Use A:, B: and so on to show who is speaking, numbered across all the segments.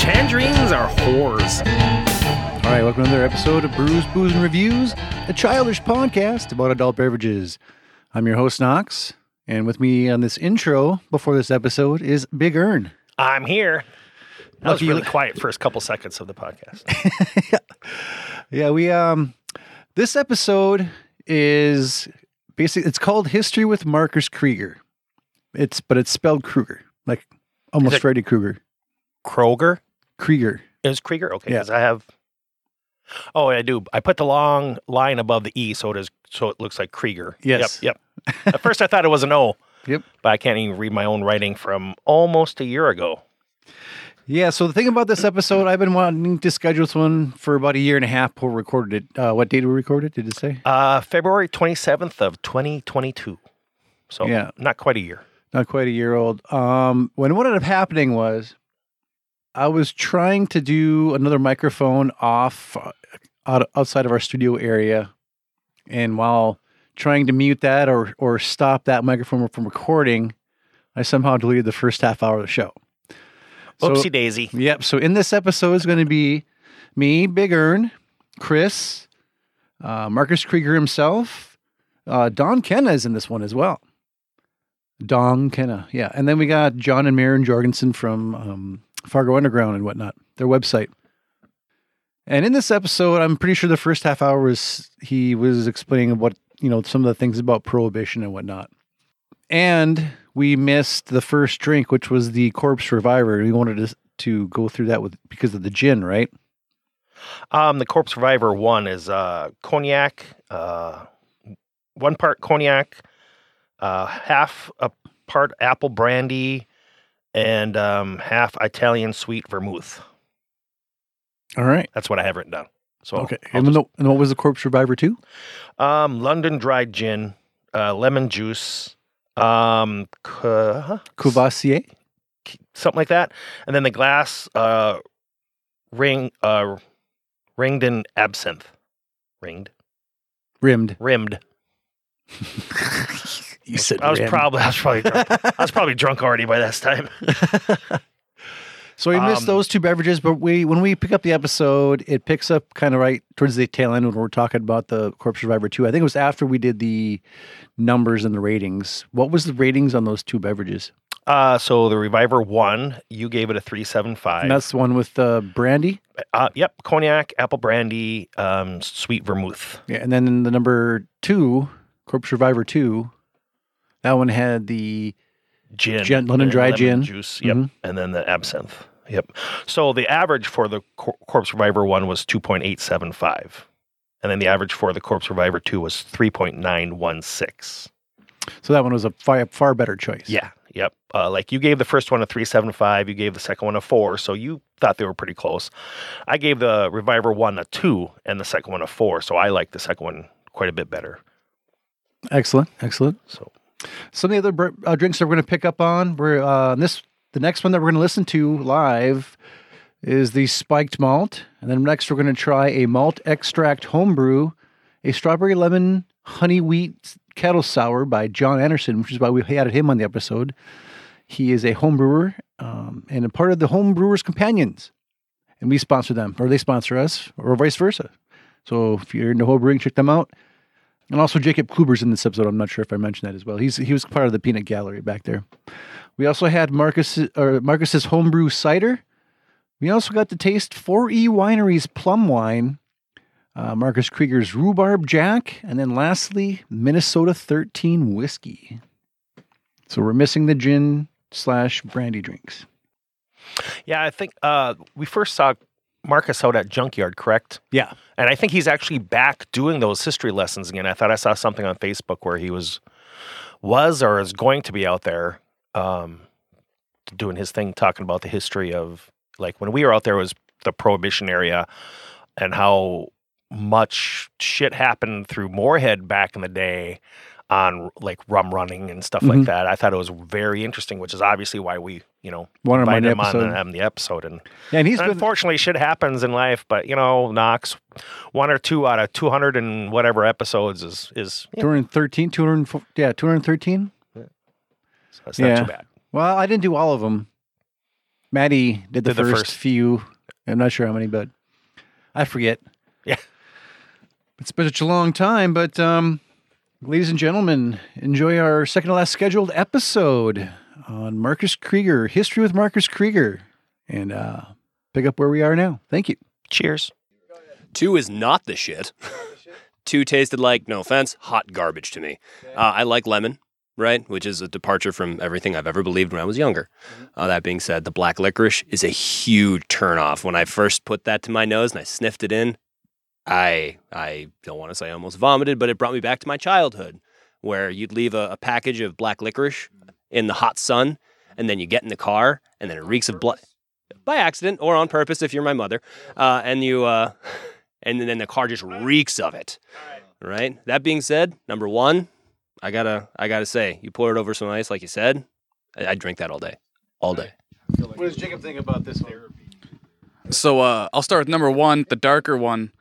A: Tangerines are whores.
B: All right, welcome to another episode of Brews, Booze, and Reviews, a childish podcast about adult beverages. I'm your host, Knox, and with me on this intro before this episode is Big Earn.
A: I'm here. I was
B: Lucky you-
A: really quiet first couple seconds of the podcast.
B: Yeah, we um this episode is basically it's called History with Marcus Krieger. It's but it's spelled Kruger. Like almost
A: it-
B: Freddy Krueger.
A: Kroger
B: Krieger.
A: It was Krieger. Okay,
B: Yeah.
A: because I have. Oh, I do. I put the long line above the e, so it is. So it looks like Krieger.
B: Yes.
A: Yep. Yep. At first, I thought it was an O.
B: Yep.
A: But I can't even read my own writing from almost a year ago.
B: Yeah, so the thing about this episode, I've been wanting to schedule this one for about a year and a half before we recorded it. Uh, what date we recorded? Did it say?
A: Uh, February twenty seventh of twenty twenty two. So
B: Yeah.
A: not quite a year.
B: Not quite a year old. Um when what ended up happening was I was trying to do another microphone off uh, out, outside of our studio area and while trying to mute that or or stop that microphone from recording, I somehow deleted the first half hour of the show. So-
A: Oopsie daisy.
B: Yep. So in this episode is going to be me, Big Earn, Chris, uh, Marcus Krieger himself, uh, Don Kenna is in this one as well. Don Kenna, yeah. And then we got John and Maren Jorgensen from um, Fargo Underground and whatnot, their website. And in this episode, I'm pretty sure the first half hour was he was explaining what you know some of the things about prohibition and whatnot. And we missed the first drink, which was the corpse reviver. We wanted to to go through that with because of the gin, right?
A: Um, the Corpse Survivor one is uh, cognac, uh, one part cognac, uh, half a part apple brandy, and um, half Italian sweet vermouth.
B: All right.
A: That's what I have written down. So
B: Okay.
A: I'll
B: And, the- and what was the corpse reviver too?
A: just- um, London dried gin, uh, lemon juice, um, cu-
B: Cuvassier.
A: something like that, and then the glass uh, ring uh, ringed in absinthe, ringed,
B: Rimmed.
A: rimmed.
B: You said
A: I was probably I was probably drunk. I was probably drunk already by this time.
B: So we missed
A: um,
B: those two beverages, but we when we pick up the episode, it picks up kind of right towards the tail end when we're talking about the corpse reviver too. I think it was after we did the numbers and the ratings. What was the ratings on those two beverages?
A: Uh, so the Reviver won. You gave it a three seven
B: And
A: five.
B: that's the one with the brandy.
A: Uh, yep, cognac, apple brandy, um, sweet vermouth.
B: Yeah, and then the number two, Corpse Survivor two, that one had the
A: Gin,
B: Gin- London
A: and
B: dry
A: lemon
B: gin.
A: juice. Yep,
B: Mhm.
A: and then the absinthe. Yep. So the average for the Cor- Corpse Reviver one was two point eight seven five, and then the average for the Corpse Reviver two was three point nine one six.
B: so that one was a far, far better choice.
A: Yeah. Yep. Uh, like you gave the first one a 375, you gave the second one a four, so you thought they were pretty close. I gave the Reviver one a two and the second one a four, so I liked the second one quite a bit better.
B: Excellent, excellent.
A: So
B: Some of the other br- uh, drinks that we're going to pick up on, we're uh, this the next one that we're going to listen to live is the spiked malt, and then next we're going to try a malt extract homebrew, a strawberry lemon honey wheat kettle sour by John Anderson, which is why we had him on the episode. He is a home brewer um, and a part of the Home Brewers Companions, and we sponsor them, or they sponsor us, or vice versa. So if you're into home brewing, check them out. And also Jacob Kluber's in this episode. I'm not sure if I mentioned that as well. He's he was part of the peanut gallery back there. We also had Marcus or Marcus's homebrew cider. We also got to taste 4E Winery's plum wine, uh, Marcus Krieger's rhubarb jack, and then lastly Minnesota 13 whiskey. So we're missing the gin slash brandy drinks.
A: yeah, I think uh, we first saw Marcus out at Junkyard, correct?
B: Yeah,
A: And I think he's actually back doing those history lessons again. I thought I saw something on Facebook where he was was or is going to be out there um, doing his thing, talking about the history of like when we were out there it was the prohibition area and how much shit happened through Moorhead back in the day on like rum running and stuff like
B: Mhm.
A: that. I thought it was very interesting, which is obviously why we, you know,
B: One of my
A: invited him on
B: episode.
A: and on the episode. And
B: Yeah, and he's been
A: unfortunately, shit happens in life, but you know, Knox, one or two out of 200 and whatever episodes is, is yeah,
B: 213, 204, yeah, 213.
A: so it's not
B: Yeah.
A: too bad.
B: Well, I didn't do all of them. Maddie did the,
A: Did the
B: first,
A: first.
B: few. I'm not sure how many, but I forget.
A: Yeah.
B: It's been such a long time, but um, ladies and gentlemen, enjoy our second to last scheduled episode on Marcus Krieger, History with Marcus Krieger, and uh, pick up where we are now. Thank you.
A: Cheers.
C: Two is not the shit. Two tasted like, no offense, hot garbage to me. Uh, I like lemon, right? Which is a departure from everything I've ever believed when I was younger. Uh, that being said, the black licorice is a huge turnoff. When I first put that to my nose and I sniffed it in, I I don't want to say I almost vomited, but it brought me back to my childhood, where you'd leave a, a package of black licorice in the hot sun, and then you get in the car, and then it reeks of blood by accident or on purpose if you're my mother, uh, and you uh, and then the car just reeks of it. Right. That being said, number one, I gotta I gotta say, you pour it over some ice, like you said. I, I drink that all day, all day.
B: What does Jacob think about this one?
D: So uh, I'll start with number one, the darker one.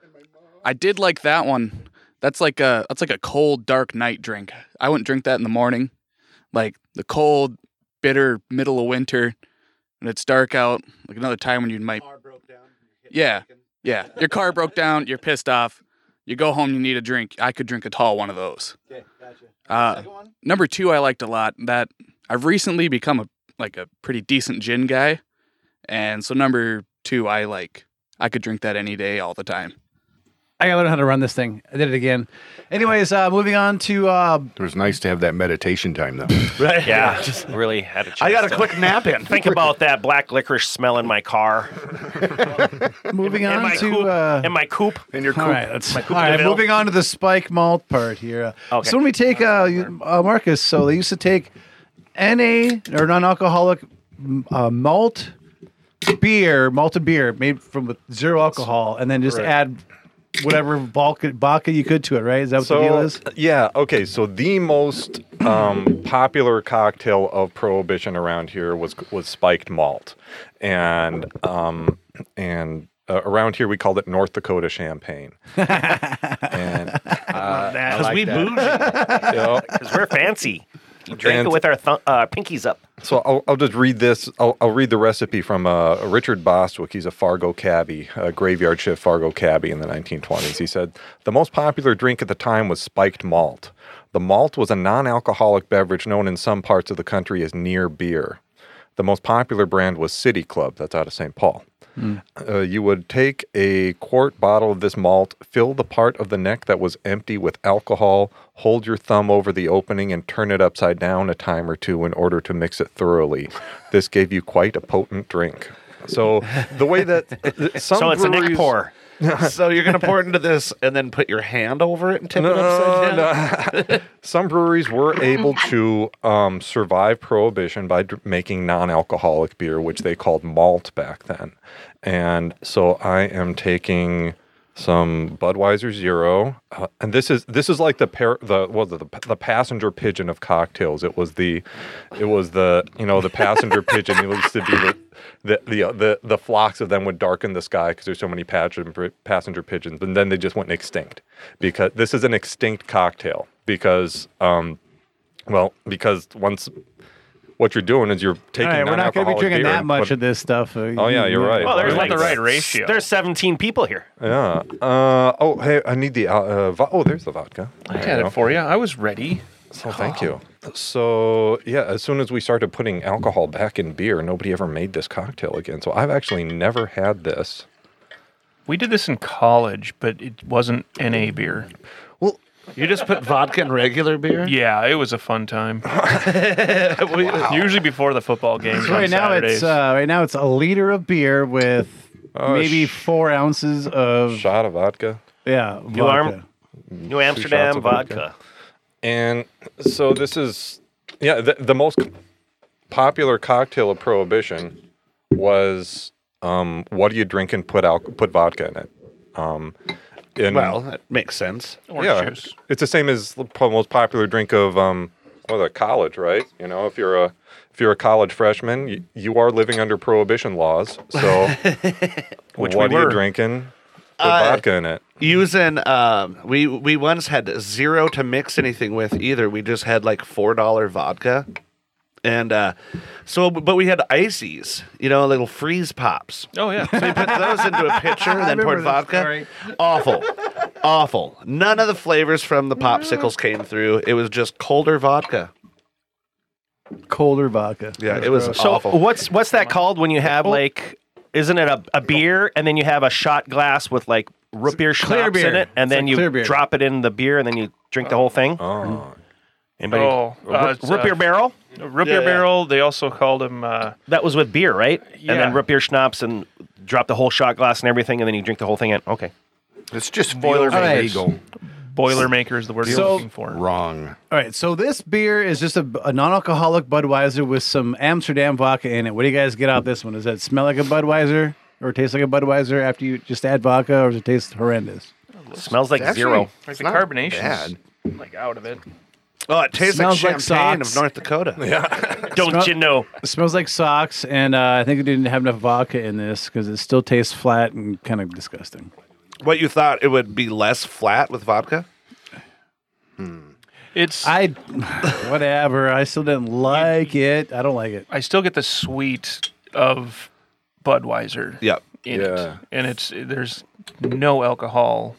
D: I did like that one. That's like a that's like a cold dark night drink. I wouldn't drink that in the morning, like the cold, bitter middle of winter, and it's dark out. Like another time when you might. Yeah, yeah. Your car broke down. You're pissed off. You go home. You need a drink. I could drink a tall one of those. Okay, gotcha. Uh, number two, I liked a lot. That I've recently become a like a pretty decent gin guy. And so number two, I like I could drink that any day, all the time.
B: I gotta learn how to run this thing. I did it again. Anyways, uh, moving on to uh,
E: It was nice to have that meditation time, though.
A: Right. Yeah. Just really had a chance.
F: I got
A: to
F: a quick nap in.
A: Think about that black licorice smell in my car,
B: moving
A: in
B: on
A: my
B: to
A: coupe,
B: uh,
A: in my coupe.
E: And your
B: All
E: cool-
B: right, that's, all
A: Coupe
B: right.
A: DeVille.
B: Moving on to the spike malt part here. Uh,
A: Okay.
B: So when we take uh, you- uh, Marcus, so they used to take NA or non-alcoholic m- uh, malt beer, malted beer made from with zero alcohol, and then just add whatever vodka, vodka you could to it. Right? Is that what the deal is?
G: yeah, okay. So the most um, popular cocktail of prohibition around here was was spiked malt, and um, and uh, around here we called it North Dakota champagne. and
A: Because Uh, we bougie.
G: yeah,
A: Because we're fancy. You drink
G: And-
A: it with our th- uh, pinkies up.
G: So I'll, I'll just read this. I'll, I'll read the recipe from uh, Richard Bostwick. He's a Fargo cabbie, a graveyard shift Fargo cabbie in the 1920s. He said the most popular drink at the time was spiked malt. The malt was a non-alcoholic beverage known in some parts of the country as near beer. The most popular brand was City Club. That's out of St. Paul. Uh, you would take a quart bottle of this malt, fill the part of the neck that was empty with alcohol, hold your thumb over the opening, and turn it upside down a time or two in order to mix it thoroughly. This gave you quite a potent drink. So the way that some
A: So it's a neck
G: breweries-
A: pour.
F: so you're gonna pour it into this and then put your hand over it and tip it upside
G: No,
F: down.
G: no. Some breweries were able to um, survive prohibition by dr- making non-alcoholic beer, which they called malt back then. And so I am taking some Budweiser Zero, uh, and this is this is like the par- the well the, the passenger pigeon of cocktails. It was the it was the you know the passenger pigeon. It used to be the the the, uh, the the flocks of them would darken the sky because there's so many passenger passenger pigeons, and then they just went extinct because this is an extinct cocktail because um well because once what you're doing is you're taking
B: All right, we're not going to be
G: non-alcoholic
B: drinking
G: beer
B: that
G: and
B: much
G: put-
B: of this stuff. uh,
G: Oh, yeah, you're right.
A: Well, there's like
G: Right. The right
A: s-
F: ratio.
A: There's 17 people here.
G: yeah uh oh hey I need the uh, uh vo- oh there's the vodka
F: I had it for you. I was ready. Oh.
G: so thank you so yeah as soon as we started putting alcohol back in beer nobody ever made this cocktail again so I've actually never had this
H: We did this in college, but it wasn't NA beer.
F: You just put vodka in regular beer.
H: Yeah, it was a fun time. We- Usually before the football games.
B: right
H: on
B: now
H: Saturdays.
B: it's uh, right now it's a liter of beer with
G: Oh,
B: maybe
G: sh-
B: four ounces of
G: shot of vodka
B: yeah
A: You arm-
B: vodka.
A: New Amsterdam
G: of vodka.
A: vodka.
G: And so this is, yeah, the, the most popular cocktail of prohibition was um, what do you drink and put al- put vodka in it? Um,
B: Mm.
G: and
I: Well, that makes sense.
H: Orange juice.
G: It's the same as the po- most popular drink of um, well, the college, right? You know, if you're a if you're a college freshman, you, you are living under prohibition laws. So,
H: Which
G: what
H: we
G: are you
H: were.
G: drinking? Put
I: Uh,
G: vodka in it.
I: Using um, we we once had zero to mix anything with either. We just had like four dollar vodka, and uh, so but we had ices, you know, little freeze pops.
H: Oh yeah.
I: So you put those into a pitcher and then
B: remember
I: poured
B: this
I: vodka.
B: story.
I: Awful. Awful. None of the flavors from the popsicles came through. It was just colder vodka.
B: Colder vodka.
I: Yeah, it was
B: gross.
J: So
I: awful.
J: what's what's that called when you
A: Oh.
J: have like isn't it a, a beer and then you have a shot glass with like root beer
B: clear
J: schnapps in
B: beer.
J: it and
B: It's
J: then
B: like
J: you
B: clear beer.
J: drop it in the beer and then you drink the whole thing? Mm-hmm.
G: Oh,
J: Anybody?
H: oh,
J: Root,
A: uh,
J: root beer barrel?
H: Root beer
I: Yeah, yeah.
H: barrel. They also called them. Uh,
J: That was with beer, right? And then
H: Yeah.
J: root beer schnapps and drop the whole shot glass and everything and then you drink the whole thing in. Okay.
E: It's just boiler
B: Alright.
E: legal.
H: Boilermaker is the word
B: So-
H: you're looking for.
E: Wrong.
B: All right, so this beer is just a, a non-alcoholic Budweiser with some Amsterdam vodka in it. What do you guys get out of this one? Does that smell like a Budweiser or taste like a Budweiser after you just add vodka, or does it taste horrendous?
J: Smells like zero.
H: Like the carbonation's
E: Bad.
H: like out of it.
I: oh, it tastes like
B: smells like
I: champagne
B: socks.
I: of North Dakota.
J: Don't
B: Smell-
J: you know?
B: It smells like socks, and uh, I think they didn't have enough vodka in this because it still tastes flat and kind of disgusting.
I: What you thought it would be less flat with vodka?
H: It's. I,
B: I, whatever. I still didn't like it. I don't like it.
H: still get the sweet of Budweiser
I: Yep.
H: in
G: Yeah.
H: it, and it's there's no alcohol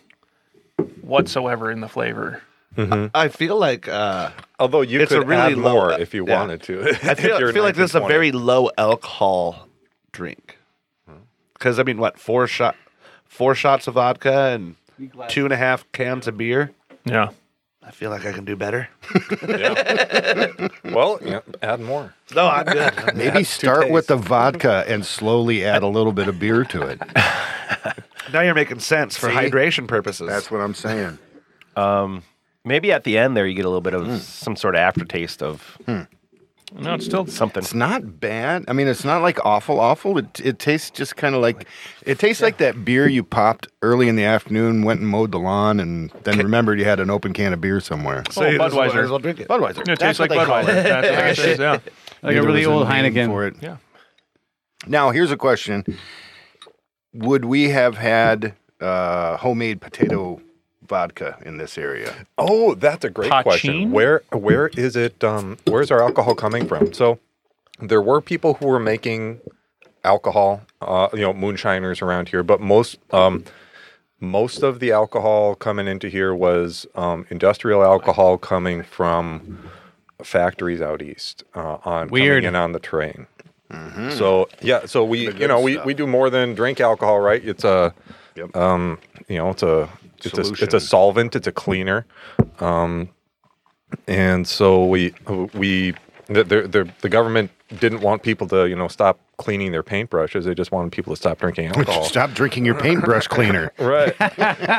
H: whatsoever in the flavor.
I: I feel like uh,
G: although you
I: It's a
G: could
I: really
G: add
I: low- uh,
G: more if you
I: yeah.
G: wanted to.
I: I feel, I feel like this is a very low alcohol drink. Hmm. Because I mean, what four shot, four shots of vodka and two and a half cans of beer.
H: Yeah.
I: I feel like I can do better.
G: well. Yeah, add more.
I: No, I'm good.
E: Maybe start with the vodka and slowly add a little bit of beer to it.
I: now you're making sense for hydration purposes.
E: That's what I'm saying.
J: Maybe at the end there you get a little bit of some sort of aftertaste of
H: No, it's still
J: something.
E: It's not bad. I mean, it's not like awful, awful. It, it tastes just kind of like it tastes like that beer you popped early in the afternoon, went and mowed the lawn, and then remembered you had an open can of beer somewhere.
I: So you just might
H: Budweiser.
I: as well drink it.
E: Budweiser.
H: It tastes like Budweiser. That's what it says, yeah.
B: Like a really old Heineken.
E: for it.
H: Yeah.
E: Now here's a question: Would we have had uh, homemade potato vodka in this area?
G: Oh, that's a great
H: Pachin?
G: question. Where where is it? Um, where's our alcohol coming from? So there were people who were making alcohol, uh, you know, moonshiners around here, but most um, most of the alcohol coming into here was um, industrial alcohol coming from factories out east uh, on
B: Weird.
G: coming in on the train.
E: Mm-hmm.
G: So yeah, so we you know we, we do more than drink alcohol, right? It's a
E: Yep.
G: um you know it's a it's a, it's a
E: Solution.
G: solvent, it's a cleaner, um, and so we we the, the the the government didn't want people to you know stop cleaning their paintbrushes; they just wanted people to stop drinking alcohol.
E: Stop drinking your paintbrush cleaner.
G: Right.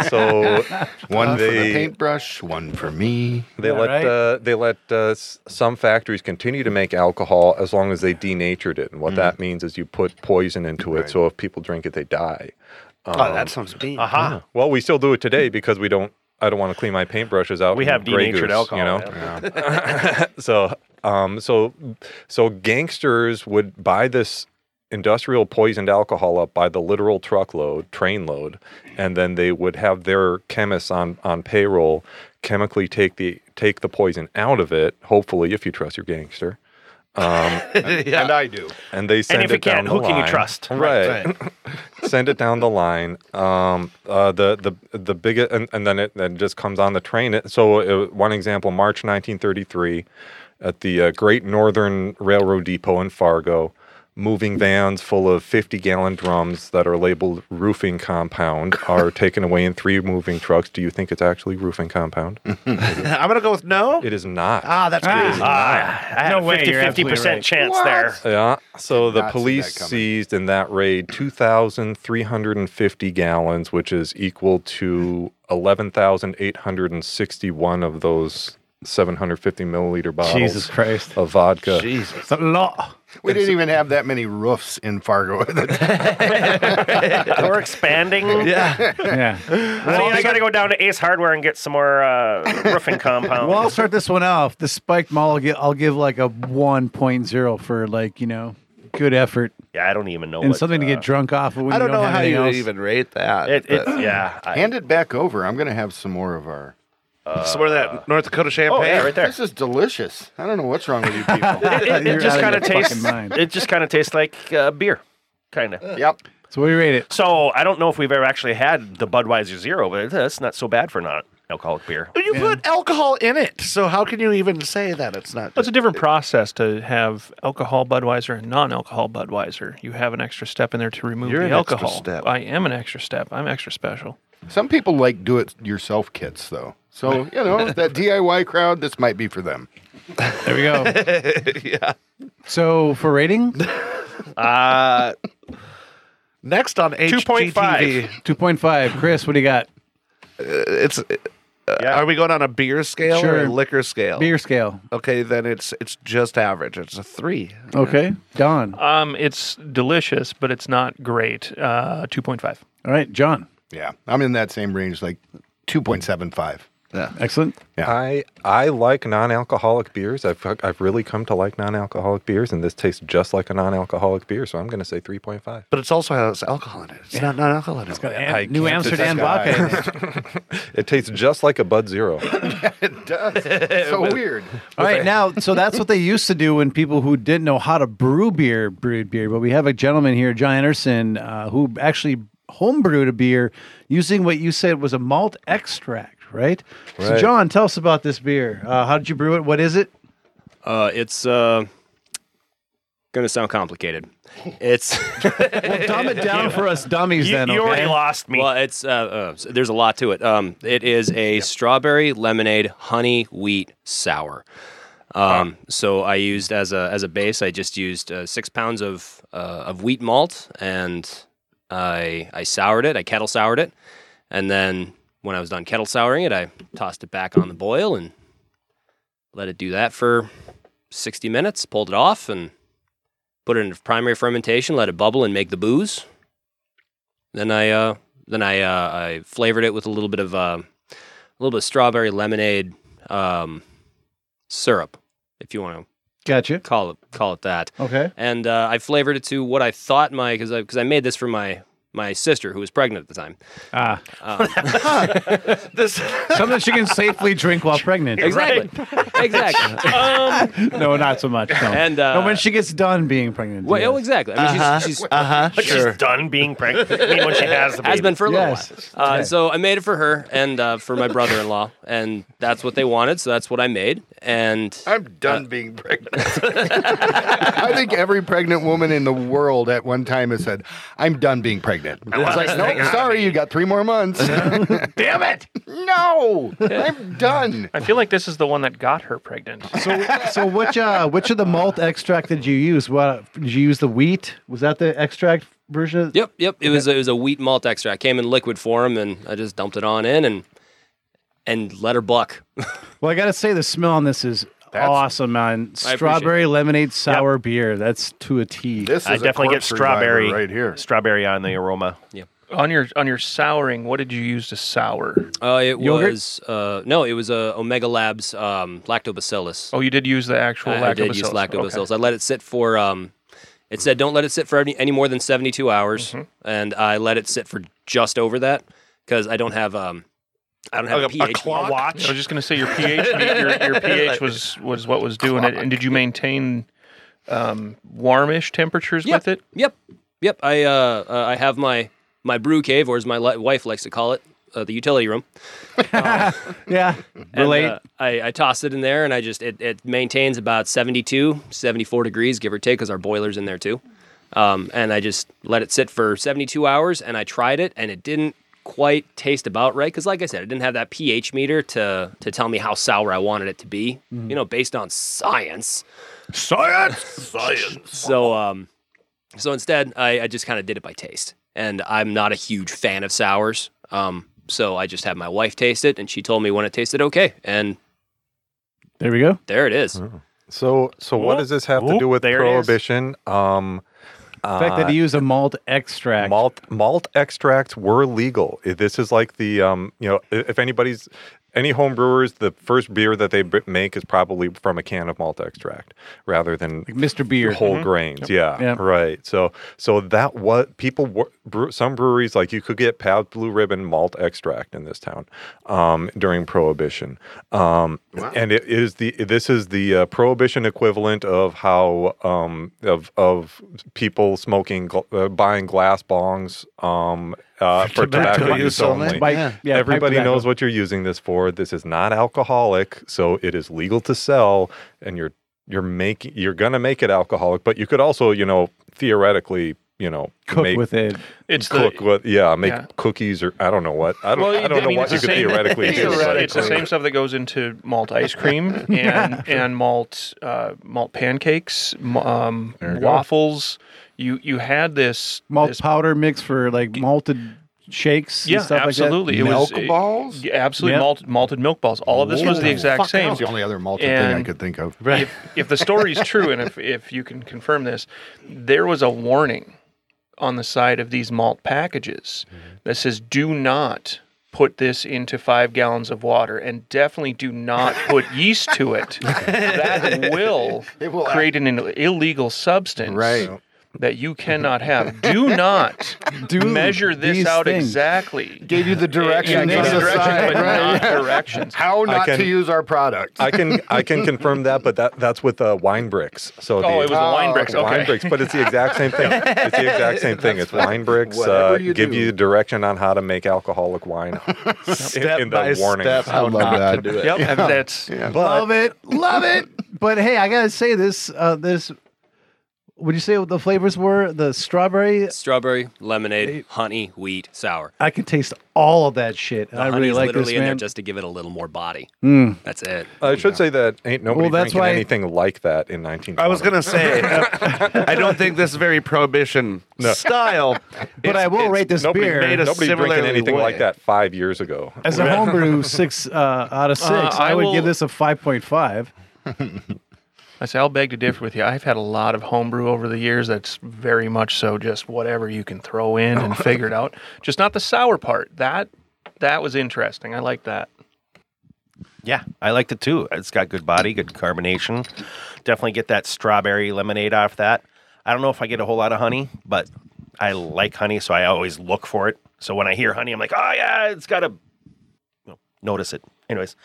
G: so
E: One for
G: They-
E: the paintbrush, one for me.
G: they let
B: right?
G: uh, they let uh, s- some factories continue to make alcohol as long as they denatured it, and what that means is you put poison into it. So if people drink it, they die.
I: Oh, that sounds mean.
J: Aha.
G: Well, we still do it today because we don't. I don't want to clean my paintbrushes out.
J: We
G: in
J: have
G: Grey
J: denatured
G: Goose,
J: alcohol.
G: You know,
J: man.
G: so um so so gangsters would buy this industrial poisoned alcohol up by the literal truckload train load and then they would have their chemists on on payroll chemically take the take the poison out of it hopefully if you trust your gangster um,
E: And I do.
G: and they send
J: if
G: it
J: you can't,
G: down the
J: who can you
G: line.
J: trust?
G: right, send it down the line. Um, uh, the the the biggest, and, and then it then just comes on the train. It- So uh, one example, March 1933, at the uh, Great Northern Railroad Depot in Fargo, moving vans full of 50 gallon drums that are labeled roofing compound are taken away in three moving trucks. Do you think it's actually roofing compound?
I: I'm gonna go with no.
G: it is not.
I: Ah, that's crazy.
J: I had
B: No
J: a
B: way,
J: 50,
B: you're absolutely
J: 50%
B: right.
J: chance there.
G: Yeah. So the
E: not see
G: police
E: that coming.
G: seized in that raid 2,350 gallons, which is equal to 11,861 of those 750 milliliter bottles
B: Jesus Christ.
G: of vodka.
I: Jesus.
B: A lot.
E: We didn't even have that many roofs in Fargo. at the time.
A: We're expanding.
I: Yeah.
B: Yeah.
A: I, mean, I gotta go down to Ace Hardware and get some more uh, roofing compound.
B: Well, I'll start this one off. The spiked mall, I'll give, I'll give like a 1.0 for like, you know, good effort
A: yeah, I don't even know.
B: and
A: what,
B: something to
A: uh,
B: get drunk off of when
I: I don't,
B: you don't
I: know
B: have
I: how
B: anything
I: you would
B: else.
I: even rate that.
A: It, it,
I: but-
A: yeah. I-
E: Hand it back over. I'm going to have some more of our.
I: Some more of uh, that North Dakota champagne.
A: oh yeah, right there.
E: This is delicious. I don't know what's wrong with you people.
A: It, it- it
B: You're
A: just
B: out
A: kind
B: of
A: of
B: your fucking
A: tastes.
B: mind.
A: It just kind of tastes like uh, beer, kind of.
E: yep.
B: So what do you rate it?
A: So I don't know if we've ever actually had the Budweiser Zero, but that's not so bad for not alcoholic beer.
I: But You put alcohol in it, so how can you even say that it's not?
H: It's a different process to have alcohol Budweiser and non-alcohol Budweiser. You have an extra step in there to remove
I: You're
H: the
I: an extra
H: alcohol.
I: step.
H: I am an extra step. I'm extra special.
E: Some people like do it yourself kits, though. So, you know, that DIY crowd, this might be for them.
B: There we go. yeah. So for rating,
I: Uh, next on HGTV,
A: 2.5.
B: 2.5. Chris, what do you got?
I: uh, it's. uh,
A: Yeah.
I: Are we going on a beer scale or
B: Sure.
I: a liquor scale?
B: Beer scale.
I: Okay, then it's it's just average. It's a three.
B: Okay. Don.
I: Uh,
B: All
H: Um, it's delicious, but it's not great. Uh, two point five.
B: right. John.
E: Yeah. I'm in that same range, like 2.75.
B: Excellent.
G: I I like non-alcoholic beers. I've I've really come to like non-alcoholic beers, and this tastes just like a non-alcoholic beer. So I'm going to say 3.5.
I: But it's also has alcohol in it. It's not not alcohol in it.
B: Am-
G: I
B: New
G: can't
B: Amsterdam
E: disguise.
B: vodka. in there.
G: It tastes just like a Bud Zero.
E: It does. so weird.
B: All right, now, so that's what they used to do when people who didn't know how to brew beer brewed beer. But we have a gentleman here, John Anderson, uh, who actually home brewed a beer using what you said was a malt extract, right? So,
G: Right.
B: John, tell us about this beer. Uh, how did you brew it? What is it?
C: Uh, it's uh, gonna sound complicated. It's
B: Well, dumb it down for us dummies
A: You,
B: then.
A: you already lost me.
C: well, it's uh, uh, s- there's a lot to it. Um, it is a strawberry lemonade honey wheat sour. Um, so I used as a as a base, I just used uh, six pounds of uh, of wheat malt, and I I soured it. I kettle soured it, and then when I was done kettle souring it, I tossed it back on the boil and let it do that for sixty minutes. Pulled it off and put it into primary fermentation. Let it bubble and make the booze. Then I uh, then I uh, I flavored it with a little bit of uh, a little bit of strawberry lemonade um, syrup, if you want
B: Gotcha.
C: to call it call it that.
B: Okay.
C: And uh, I flavored it to what I thought my because I because I made this for my my sister who was pregnant at the time.
B: Ah,
C: Um,
I: This
B: something that you can safely drink while pregnant.
C: exactly, exactly.
B: No, not so much. No.
C: And, uh,
B: No, when she gets done being pregnant.
C: well,
B: yes.
C: oh, exactly. I mean,
A: Uh-huh.
C: she's, she's
I: uh huh.
A: but she's done being pregnant. I mean, when she has the baby.
C: has been for a little
B: Yes.
C: while. Uh,
B: Okay.
C: So I made it for her and uh, for my brother-in-law, and that's what they wanted. So that's what I made. And
E: I'm done being pregnant. I think every pregnant woman in the world at one time has said, I'm done being pregnant. I was like, nope, sorry, you got three more months. Damn it. No, I'm done.
H: I feel like this is the one that got her pregnant.
B: So, so which uh, which of the malt extract did you use? What did you use? The wheat was that the extract version? Of,
C: Yep, yep. It was it was a wheat malt extract. Came in liquid form, and I just dumped it on in and and let her buck.
B: Well, I gotta say the smell on this is awesome, man.
C: appreciate
B: Strawberry lemonade sour beer. That's to a T.
E: This is
A: I
E: a
A: definitely get
E: corpse reviver
A: strawberry
E: right here.
A: Strawberry on the aroma.
H: on your on your souring, what did you use to sour?
C: Uh, it
B: Yogurt?
C: was uh, no, it was uh, Omega Labs um, lactobacillus.
H: Oh, you did use the actual
C: I,
H: lactobacillus.
C: I did use lactobacillus.
H: Okay.
C: I let it sit for. Um, it said don't let it sit for any, any more than seventy two hours,
H: Mm-hmm.
C: and I let it sit for just over that because I don't have um, I don't have a, pH.
A: A watch.
H: I was just going to say your pH, your, your pH was was what was doing it, and did you maintain um, warmish temperatures
C: Yep.
H: with it?
C: Yep, yep. I uh, uh, I have my my brew cave, or as my li- wife likes to call it, uh, the utility room.
B: Yeah,
C: And,
B: relate.
C: uh, I, I toss it in there and I just, it, it maintains about 72, 74 degrees, give or take, because our boiler's in there too. Um, and I just let it sit for 72 hours and I tried it and it didn't quite taste about right. Because, like I said, I didn't have that pH meter to, to tell me how sour I wanted it to be, you know, based on science. Science! science. So, um, so instead, I, I just kind of did it by taste. And I'm not a huge fan of sours. Um, so I just had my wife taste it, and she told me when it tasted okay. And
B: There we go. Oh.
C: There it is.
G: So, so what does this have to do with prohibition? Um,
B: The fact that
G: uh,
B: he used a malt extract.
G: malt malt extracts were legal. I- This is like the um, you know, i- if anybody's any home brewers, the first beer that they b- make is probably from a can of malt extract rather than
B: Like Mr. Beer.
G: whole grains. Yeah,
B: Yep.
G: right. So so that what people were brew, some breweries like you could get Pabst Blue Ribbon malt extract in this town um, during Prohibition, um, and it is the this is the uh, Prohibition equivalent of how um, of of people smoking gl- uh, buying glass bongs. Um, uh, for tobacco, use only.
B: Pipe- yeah, pipe
G: Everybody
B: tobacco.
G: knows what you're using this for. This is not alcoholic, so it is legal to sell, and you're you're making you're gonna make it alcoholic, but you could also, you know, theoretically, you know,
B: cook
G: make,
B: with it.
H: It's the
G: cook with yeah, make
H: yeah.
G: cookies or I don't know what I don't I don't know what
H: it's
G: you
H: the
G: could theoretically do.
H: it's,
G: but-
H: it's the same stuff that goes into malt ice cream and and malt uh, malt pancakes, m- um, waffles. You you had this
B: Malt
H: this-
B: powder mix for like malted shakes.
H: yeah,
B: and stuff
H: absolutely.
B: Like that.
H: It was-
E: Milk
H: it-
E: balls?
H: yeah, absolutely
B: Yeah.
H: malted malted milk balls. All of this was the exact
E: Fuck, That
H: same.
E: was the only other malted thing I
H: And-
E: could think of.
H: if, if the story's true and if, if you can confirm this, there was a warning on the side of these malt packages that says do not put this into five gallons of water and definitely do not put yeast to it. That will, create an ill- illegal substance.
E: Right.
H: That you cannot have. Do not measure this
B: these
H: out
B: things.
H: exactly.
E: Gave you the directions
H: Yeah,
E: on
H: gave
E: the
H: you directions,
E: side,
H: but
E: right?
H: not directions.
E: How not
G: can-
E: to use our product.
G: I can I can confirm that, but that that's with uh, wine bricks. So the,
H: Oh, it was the wine bricks. Okay.
G: wine bricks, but it's the exact same thing. It's the exact same thing. It's wine bricks. Uh,
E: Whatever you
G: give
E: do.
G: you direction on how to make alcoholic wine.
I: Step by step,
E: I
I: how
E: love
I: not
E: that.
I: to do it.
H: Yep, that's
B: love it, love it. But hey, I gotta say this. Uh, this. Would you say what the flavors were? The strawberry.
C: Strawberry, lemonade, honey, wheat, sour.
B: I could taste all of that shit, and
C: The
B: I
C: honey's
B: really like
C: literally
B: this
C: in there
B: man.
C: just to give it a little more body.
B: Mm.
C: That's it.
I: Oh,
G: I should say that ain't nobody
B: Well, that's
G: drinking
B: why-
G: anything like that in 1920.
I: I was gonna say, I don't think this is very prohibition style.
B: But I will rate this
G: nobody
B: beer
I: made a
G: nobody drinking
I: similarly
G: anything
I: way.
G: like that five years ago.
B: as a homebrew six uh, out of six.
H: Uh,
B: I,
H: I
B: would give
H: will-
B: this a five point five.
H: I say I'll beg to differ with you. I've had a lot of homebrew over the years that's very much so just whatever you can throw in and figure it out. Just not the sour part. That that was interesting. I like that.
A: Yeah, I liked it too. It's got good body, good carbonation. Definitely get that strawberry lemonade off that. I don't know if I get a whole lot of honey, but I like honey, so I always look for it. So when I hear honey, I'm like, oh yeah, it's got to notice it. Anyways,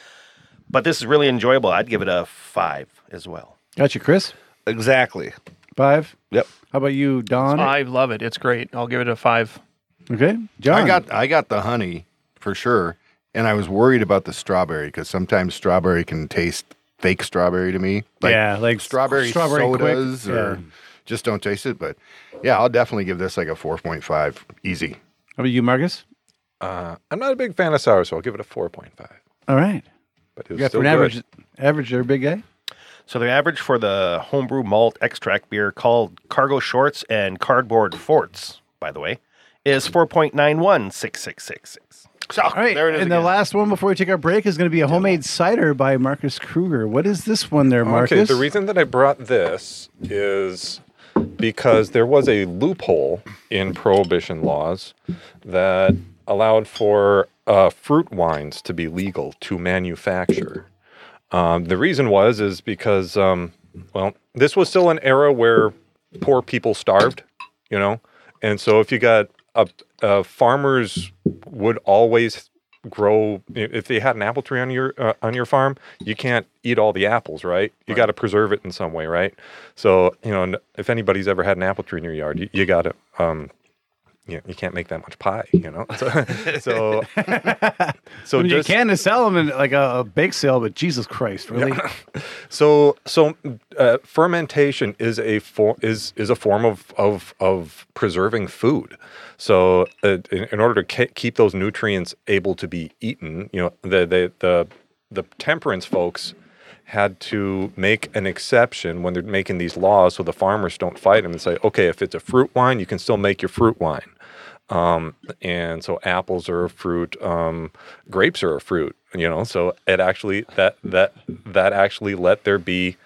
A: but this is really enjoyable. I'd give it a five as well.
B: Got you, Chris.
I: Exactly.
B: Five.
I: Yep.
B: How about you, Don?
H: I love it. It's great. I'll give it a five.
B: Okay, John.
E: I got I got the honey for sure, and I was worried about the strawberry because sometimes strawberry can taste fake strawberry to me.
B: yeah, like
E: strawberry,
B: quick.
E: sodas or
B: Yeah.
E: just don't taste it. But yeah, I'll definitely give this like a four point five easy.
B: How about you, Marcus?
G: Uh, I'm not a big fan of sour, so I'll give it a 4.5.
B: All right.
G: But it was
B: Yeah, for
G: still
B: an
G: good.
B: average, average there, big guy.
A: So the average for the homebrew malt extract beer called Cargo Shorts and Cardboard Forts, by the way, is four point nine one six six six six. So
B: All right.
A: there it is.
B: and the last one before we take our break is going to be a homemade cider by Marcus Kruger. What is this one there, Marcus?
G: Okay, the reason that I brought this is because there was a loophole in prohibition laws that allowed for uh, fruit wines to be legal to manufacture. Um, the reason was is because, um, well, this was still an era where poor people starved, you know, and so if you got a, uh, farmers would always grow i- if they had an apple tree on your uh, on your farm, you can't eat all the apples, right? You got to preserve it in some way, right? So you know, n- if anybody's ever had an apple tree in your yard, you, you got to. Um, you, you can't make that much pie, you know. So, so, so
B: I mean,
G: just,
B: you can to sell them in like a, a bake sale, but Jesus Christ, really?
G: So, so uh, fermentation is a for, is is a form of of of preserving food. So, uh, in, in order to ke- keep those nutrients able to be eaten, you know, the the the the temperance folks had to make an exception when they're making these laws, so the farmers don't fight them and say, okay, if it's a fruit wine, you can still make your fruit wine. Um, and so apples are a fruit, um, grapes are a fruit, you know, so it actually, that, that, that actually let there be,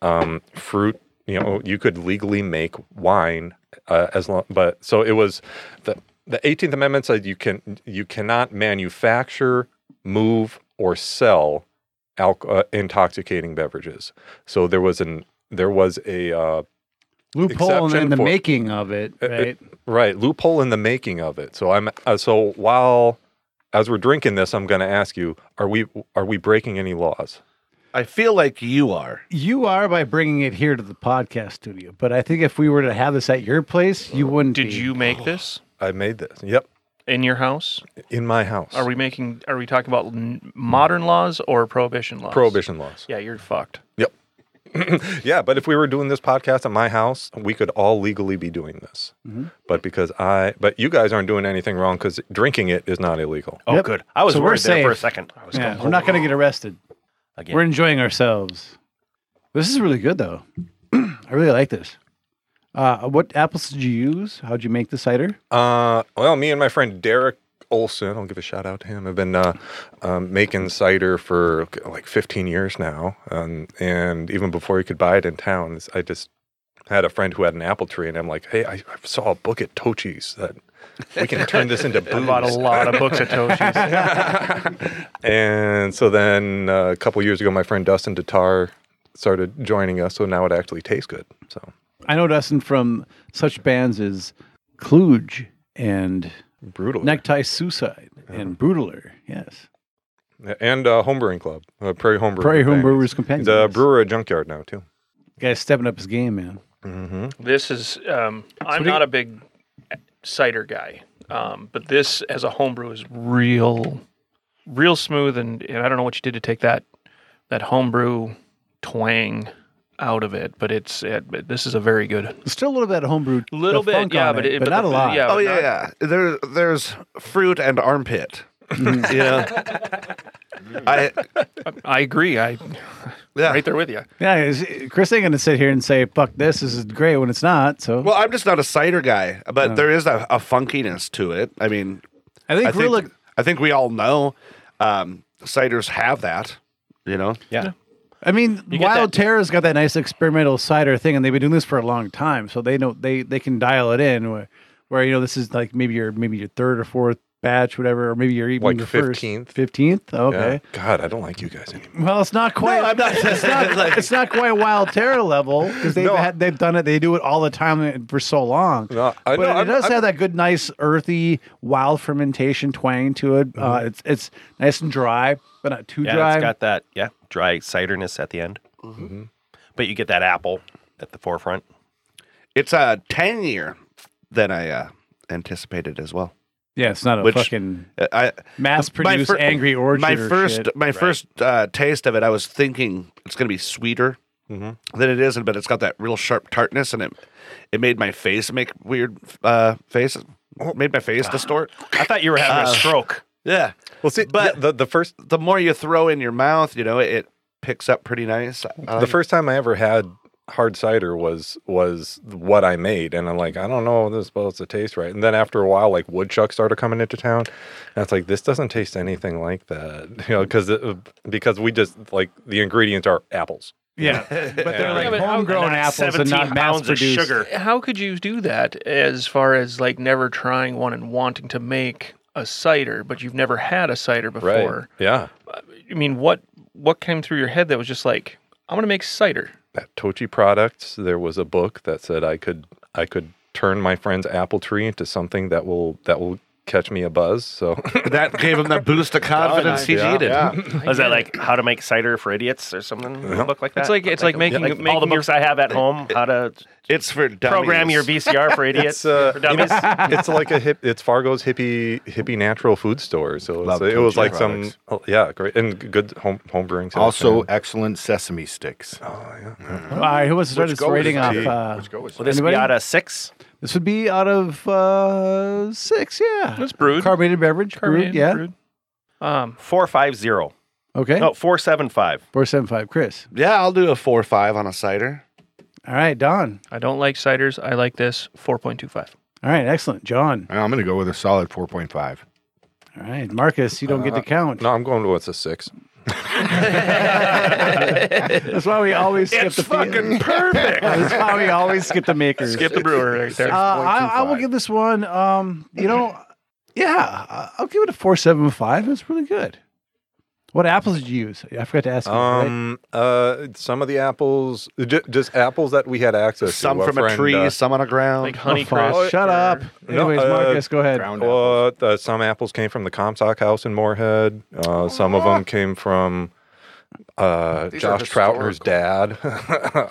G: um, fruit, you know, you could legally make wine, uh, as long, but so it was the, the 18th amendment said you can, you cannot manufacture, move or sell alco- uh, intoxicating beverages. So there was an, there was a, uh,
B: Loophole in
G: Exception
B: the
G: for-
B: making of it,
J: Uh,
G: it-
B: right?
G: Right, loophole in the making of it. So I'm uh, so while as we're drinking this, I'm going to ask you: Are we are we breaking any laws?
I: I feel like you are.
B: You are by bringing it here to the podcast studio, but I think if we were to have this at your place, you wouldn't.
H: Did
B: be.
H: you make this
G: I made this. Yep,
H: in your house?
G: in my house.
H: Are we making? Are we talking about n- modern laws or prohibition laws?
G: prohibition laws?
H: Yeah, you're fucked.
G: Yeah, but if we were doing this podcast at my house, we could all legally be doing this.
H: Mm-hmm.
G: But because I, but you guys aren't doing anything wrong because drinking it is not illegal.
J: Oh,
B: Yep.
J: good. I was
B: So we're
J: worried there for a
B: safe.
J: second.
B: Yeah, we're not going to get arrested.
J: Again.
B: We're enjoying ourselves. This is really good, though. I really like this. Uh, what apples did you use? How'd you make the cider?
G: Uh, well, me and my friend Derek Olson, I'll give a shout out to him. I've been uh, um, making cider for like 15 years now, um, and even before you could buy it in town, it's- I just had a friend who had an apple tree, and I'm like, hey, I, I saw a book at Tochi's that we can turn this into booze.
H: I bought a lot of books at Toshi's.
G: and so then uh, a couple years ago, my friend Dustin Tatar started joining us, so now it actually tastes good. So
B: I know Dustin from such bands as Kluge and
G: brutal.
B: Necktie Suicide and Brutaler. Yes,
G: And uh, Homebrewing Club, uh, Prairie Homebrewing.
B: Prairie Home
G: Companion.
B: Brewers Companion.
G: He's a
B: yes.
G: brewer at Junkyard now too.
B: Guy's stepping up his game, man.
G: Mm-hmm.
H: This is um, I'm not a big cider guy, um, but this as a homebrew is real, real smooth, and, and I don't know what you did to take that that homebrew twang out of it, but it's it, this is a very good
B: Still a little bit of homebrew,
H: little
B: the
H: bit,
B: funk
H: yeah,
B: on
H: but,
B: it,
H: it,
B: but not
H: the-
B: a lot.
H: Yeah,
I: Oh
H: but
I: yeah,
H: not-
I: yeah. There, there's fruit and armpit. you know, I
H: I agree. I
I: yeah.
H: right there with you.
B: Yeah, is- Chris ain't gonna sit here and say "fuck this." This is great when it's not. So
I: Well, I'm just not a cider guy, but there is a, a funkiness to it. I mean,
B: I think
I: I
B: we're
I: think
B: look.
I: I think we all know um, ciders have that. You know,
B: I mean,
H: get
B: Wild Terror's got that nice experimental cider thing, and they've been doing this for a long time, so they know they they can dial it in. Where, where you know this is like maybe your maybe your third or fourth batch, whatever, or maybe you're even
G: Like
B: your
G: 15th.
B: Fifteenth,
G: Yeah.
B: okay.
G: God, I don't like you guys anymore.
B: Well, it's not quite.
I: I'm not-
B: it's not. it's not quite Wild Terror level because they've
G: No.
B: had, they've done it. They do it all the time for so long.
G: No, I
B: but
G: know,
B: it
G: I'm-
B: does
G: I'm-
B: have that good, nice, earthy, wild fermentation twang to it. Uh, it's it's nice and dry, but not too
J: Yeah,
B: dry.
J: it's got that yeah dry ciderness at the end,
H: Mm-hmm.
J: but you get that apple at the forefront.
I: it's uh, tangier than I uh, anticipated as well.
B: yeah, it's not a
I: Which-
B: fucking
I: I
B: mass-produced
I: fir-
B: angry orchard.
I: My
B: or
I: first,
B: shit.
I: my first uh, taste of it, I was thinking it's going to be sweeter
B: Mm-hmm.
I: than it is, but it's got that real sharp tartness, and it it made my face make weird uh, faces. Made my face
B: Ah.
I: distort.
J: I thought you were having
H: Uh,
J: a stroke.
I: Yeah,
G: Well, see, but
I: But-
G: the, the first
I: the more you throw in your mouth, you know, it, it picks up pretty nice. I
G: the
I: like-
G: first time I ever had hard cider was was what I made, and I'm like, I don't know, if this is supposed to taste right. And then after a while, like woodchuck started coming into town, and it's like this doesn't taste anything like that, you know, because because we just like the ingredients are apples.
B: yeah, but they're
H: Yeah,
B: like
H: but how-
B: homegrown apples and not mass-produced.
H: How could you do that as far as like never trying one and wanting to make a cider, but you've never had a cider before?
G: Yeah.
H: I mean, what what came through your head that was just like, I'm gonna make cider?
G: at Tochi Products, there was a book that said I could I could turn my friend's apple tree into something that will that will catch me a buzz. So
I: that gave him the boost of confidence he
G: Yeah.
I: needed.
J: Was that like how to make cider for idiots or something? A book like that.
H: Uh-huh. It's like- it's like making-
J: all the
H: making your-
J: books I have at home. How to
I: It's for dummies.
J: program your VCR for idiots.
G: it's uh,
J: for
G: you know,
J: dummies.
G: it's like a hip it's Fargo's hippie hippie natural food store. So it's,
E: Love
G: it was
E: Tochi
G: like
E: products.
G: some oh, yeah great and g- good home home brewing. sales
E: Also,
G: channel.
E: excellent sesame sticks.
B: Uh, All right, who wants to start
E: Which
B: this
E: goes
B: rating
E: to-
B: off? Uh,
E: Which goes
J: Will
E: to-
J: this
B: Anybody?
J: be out of six?
B: this would be out of uh, six. Yeah,
H: That's brewed.
B: carbonated beverage. brewed,
H: Carbonated,
B: yeah.
H: brewed. Um,
J: Four five zero.
B: Okay.
A: Oh.
J: No, four seven five.
B: Four seven five, Chris.
I: Yeah, I'll do a four or five on a cider.
B: All right, Don.
H: I don't like ciders. I like this 4.25.
B: All right, excellent, John.
E: I'm going to go with a solid 4.5.
B: All right, Marcus, you don't get to count.
G: Uh, No, I'm going with a six.
B: That's why we always skip the fucking perfect. That's why we always skip the makers.
H: Skip the brewer right there.
B: Uh, I, I will
E: 6.25.
B: give this one. Um, you know, yeah, I- I'll give it a four seven five. It's really good. What apples did you use? I forgot to ask. you, right?
G: Um, uh, some of the apples, ju- just apples that we had access
I: Some
G: to.
I: from a
G: friend,
I: tree,
G: uh,
I: some on a
H: like
I: ground.
H: honey
B: Oh, Fuck,
H: crisp.
B: shut
H: or-
B: up.
G: No,
B: Anyways,
G: uh,
B: Marcus, go ahead.
E: Ground apple.
G: Well, uh, some apples came from the Comstock house in Moorhead. Uh, some of them came from uh,
K: These are
G: Josh Troutner's dad.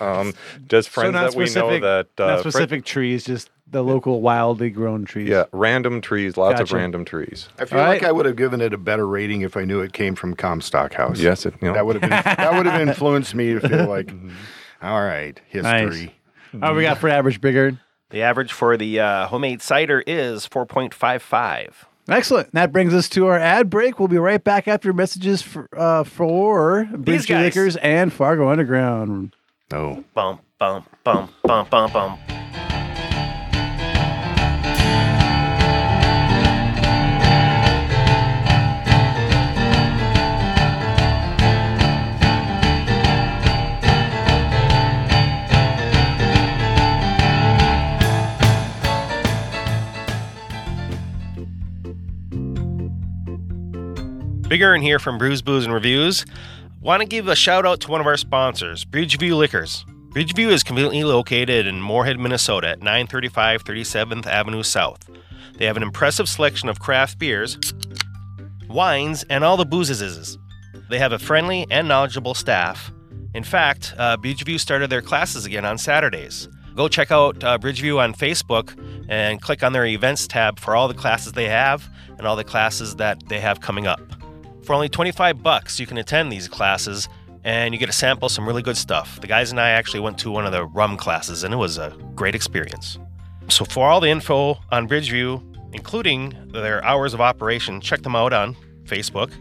G: um, just friends
B: not
G: that we
B: specific-
G: know that.
B: Not
G: Uh, fri-
B: specific trees, just the local wildly grown trees.
G: yeah, random trees, lots of
B: Gotcha.
G: random trees.
E: I feel
B: All
E: like
B: right.
E: I would have given it a better rating if I knew it came from Comstock House.
G: Yes, it, you know,
E: That would have been, that would have influenced me to feel like, all right, history.
B: All right, we got for average bigger.
A: The average for the uh, homemade cider is 4.55.
B: Excellent. That brings us to our ad break. We'll be right back after your messages for, uh, for Bridge
A: guys.
B: Acres and Fargo Underground.
E: No.
A: Bum, bum, bum, bum, bum, bum. Big Earn here from Brews, Booze, and Reviews. Want to give a shout out to one of our sponsors, Bridgeview Liquors. Bridgeview is conveniently located in Moorhead, Minnesota at 935 37th Avenue South. They have an impressive selection of craft beers, wines, and all the boozes. They have a friendly and knowledgeable staff. In fact, uh, Bridgeview started their classes again on Saturdays. Go check out uh, Bridgeview on Facebook and click on their events tab for all the classes they have and all the classes that they have coming up. For only 25 bucks, you can attend these classes and you get to sample some really good stuff. The guys and I actually went to one of the rum classes and it was a great experience. So for all the info on Bridgeview, including their hours of operation, check them out on Facebook.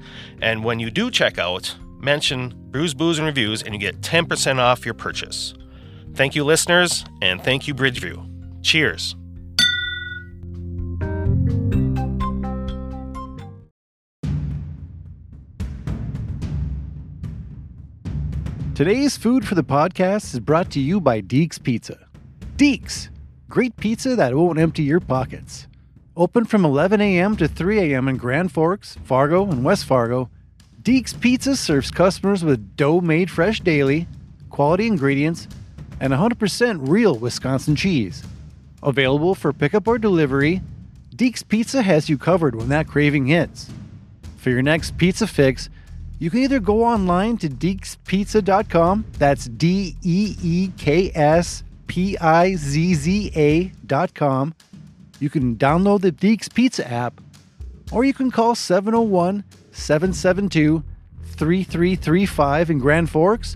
A: And when you do check out, mention Brews, Booze, and Reviews, and you get 10% off your purchase. Thank you, listeners, and thank you, Bridgeview. Cheers.
B: Today's food for the podcast is brought to you by Deeks Pizza. Deeks, great pizza that won't empty your pockets. Open from 11 a.m. to 3 a.m. in Grand Forks, Fargo, and West Fargo, Deeks Pizza serves customers with dough made fresh daily, quality ingredients, and 100% real Wisconsin cheese. Available for pickup or delivery, Deeks Pizza has you covered when that craving hits. For your next pizza fix, you can either go online to deekspizza.com, that's D E E K S P I Z Z A.com. You can download the Deeks Pizza app, or you can call 701 772 3335 in Grand Forks,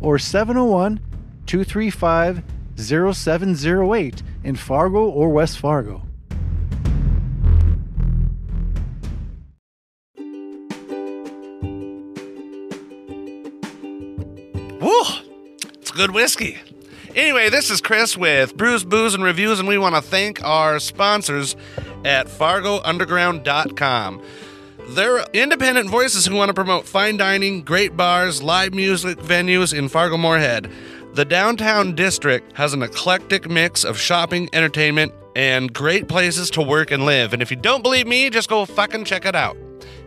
B: or 701 235 0708 in Fargo or West Fargo.
I: Woo! It's good whiskey. Anyway, this is Chris with Brews, Booze, and Reviews, and we want to thank our sponsors at FargoUnderground.com. They're independent voices who want to promote fine dining, great bars, live music venues in Fargo Moorhead. The downtown district has an eclectic mix of shopping, entertainment, and great places to work and live. And if you don't believe me, just go fucking check it out.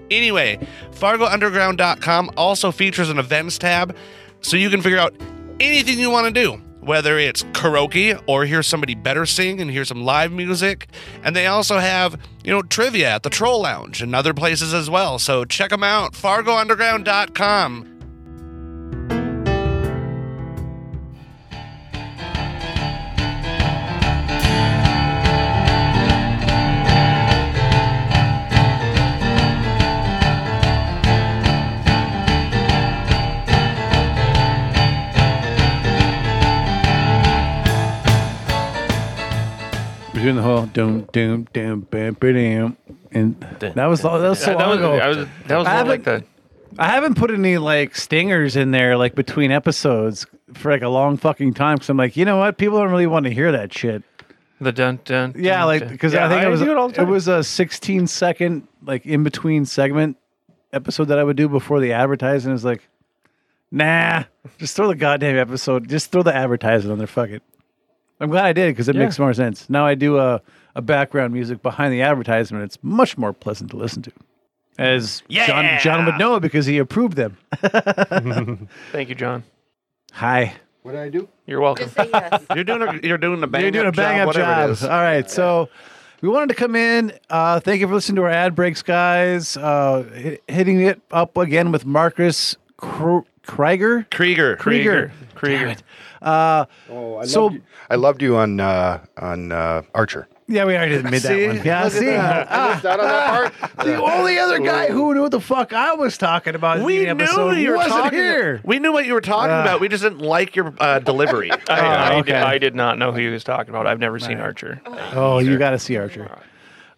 I: Anyway, FargoUnderground.com also features an events tab so you can figure out anything you want to do, whether it's karaoke or hear somebody better sing and hear some live music. And they also have, you know, trivia at the Troll Lounge and other places as well. So check them out, FargoUnderground.com.
B: We're doing the whole doom doom doom bam bam and that was that was so
H: that,
B: long
H: was,
B: ago.
H: I was, that was
B: I
H: more like the.
B: haven't- I haven't put any like stingers in there like between episodes for like a long fucking time because I'm like, you know what? People don't really want to hear that shit.
H: The dun dun.
B: Yeah,
H: dun,
B: like
H: dun.
B: because
A: Yeah,
B: I think
A: I
B: it was
A: do it all the
B: it,
A: time.
B: was a 16 second like in between segment episode that I would do before the advertising is like, nah, just throw the goddamn episode, just throw the advertising on there. Fuck it. I'm glad I did because it makes more sense. Now I do a, a background music behind the advertisement. It's much more pleasant to listen to, as John John would know because he approved them.
H: Thank you, John.
B: Hi.
E: What did I do?
H: You're welcome.
L: Just say yes.
I: You're doing a, you're doing a bang
B: You're doing a
I: up
B: bang
I: job,
B: up
I: whatever it
B: job.
I: is.
B: All right. So we wanted to come in. Uh, thank you for listening to our ad breaks, guys. Uh, hit- hitting it up again with Marcus Kr- Krieger.
I: Krieger.
B: Krieger. Krieger. Uh,
E: Oh, I
B: So-
E: loved you. I loved you on uh, on uh, Archer.
B: yeah, we already made that
I: See?
B: one. Yeah,
I: Look at
B: see?
I: that.
E: I missed out on that part.
B: The only other guy who knew what the fuck I was talking about in
I: We
B: the
I: knew
B: episode
I: you were
B: wasn't
I: talking.
B: here.
I: We knew what you were talking
B: Uh.
I: about. We just didn't like your uh, delivery.
H: I, I,
B: okay.
H: did, I did not know who he was talking about. I've never seen Archer.
B: Oh, you got to see Archer.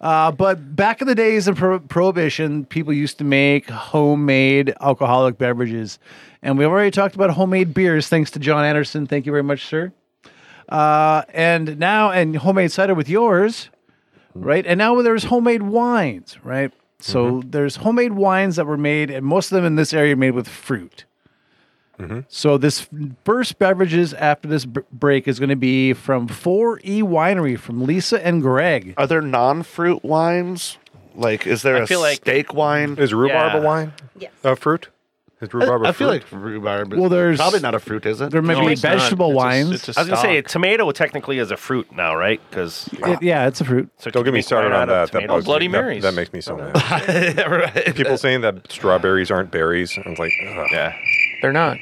B: Uh, but back in the days of pro- prohibition, people used to make homemade alcoholic beverages, and we've already talked about homemade beers. Thanks to John Anderson, thank you very much, sir. Uh, and now, and homemade cider with yours, right? And now there's homemade wines, right? So there's homemade wines that were made, and most of them in this area made with fruit. So this first beverages after this b- break is going to be from 4E Winery from Lisa and Greg.
I: Are there non-fruit wines? Like, is there
C: I
I: a
C: feel like-
I: steak wine?
G: Is rhubarb
I: Yeah.
G: a wine?
L: Yes.
G: A fruit? Is rhubarb a
I: I
G: fruit?
I: feel like rhubarb. Is
B: Well, there's-
I: probably not a fruit, is it?
B: There may
H: No,
B: be
H: it's not.
B: vegetable
H: It's a-
B: wines.
H: it's a
J: I was gonna say
H: stock.
J: tomato technically is a fruit now, right? Because
B: It- yeah, it's a fruit.
G: Don't get me started on that. That bugs
H: Bloody
G: me. That-
H: Marys.
G: That, makes me so mad.
I: Yeah, right.
G: People saying that strawberries aren't berries. I was like, ugh.
J: Yeah.
H: They're not.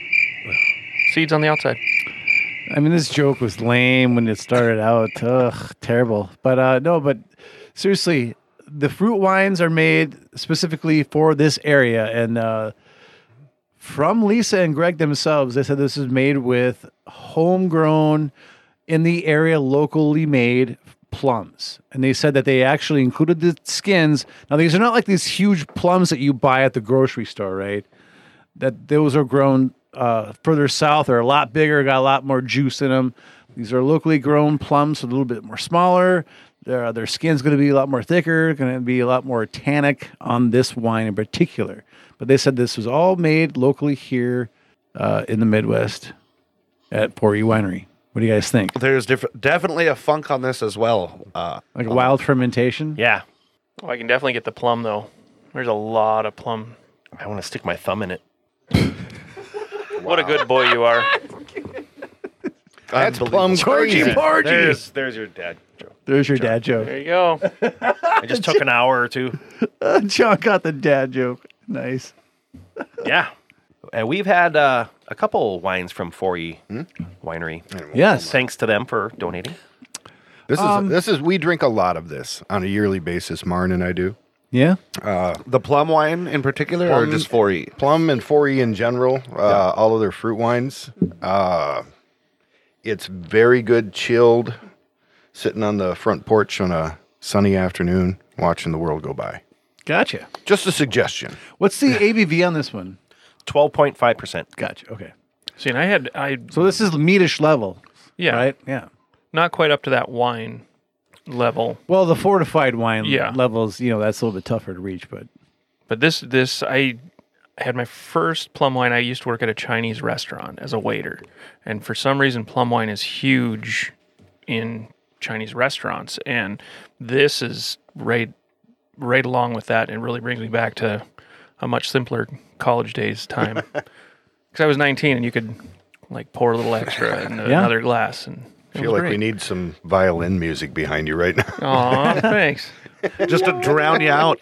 H: Seeds on the outside.
B: I mean, this joke was lame when it started out. Ugh, terrible. But uh, no, but seriously, the fruit wines are made specifically for this area. And uh, from Lisa and Greg themselves, they said this is made with homegrown, in the area, locally made plums. And they said that they actually included the skins. Now, these are not like these huge plums that you buy at the grocery store, right? that those are grown uh, further south are a lot bigger, got a lot more juice in them. These are locally grown plums, so a little bit more smaller. Their, their skin's going to be a lot more thicker, going to be a lot more tannic on this wine in particular. But they said this was all made locally here uh, in the Midwest at Porgy Winery. What do you guys think?
I: There's diff- definitely a funk on this as well. Uh,
B: Like wild fermentation?
J: Yeah.
H: Oh, I can definitely get the plum though. There's a lot of plum.
J: I want to stick my thumb in it.
H: What a good boy you are.
E: That's plum crazy.
J: There's there's your dad. joke.
B: There's your dad joke.
H: There you go.
J: I just took an hour or two.
B: John got the dad joke. Nice.
J: Yeah. And we've had uh, a couple wines from
A: E
J: 4E
I: Hmm?
J: Winery.
B: Yes.
J: Thanks to them for donating.
E: This is this is we drink a lot of this on a yearly basis. Marn and I do
B: Yeah.
I: The plum wine in particular, or
E: Plum-
I: just E. 4E?
E: plum and 4E in general. Uh, All of their fruit wines. Uh, it's very good chilled, sitting on the front porch on a sunny afternoon, watching the world go by.
B: Gotcha.
E: Just a suggestion.
B: What's the ABV on this one?
J: 12.5%.
B: Gotcha. Okay.
H: See, and I had I
B: So this is meatish level,
H: yeah,
B: right? Yeah.
H: not quite up to that wine level,
B: Well, the fortified wine
H: Yeah.
B: levels, you know, that's a little bit tougher to reach, but
H: but this this I had my first plum wine. I used to work at a Chinese restaurant as a waiter, and for some reason, plum wine is huge in Chinese restaurants, and this is right right along with that. It really brings me back to a much simpler college days time because I was 19 and you could like pour a little extra in another glass and. it
E: I feel
H: was
E: like we
H: great.
E: need some violin music behind you right now.
H: Aw, thanks.
I: Just to drown you out.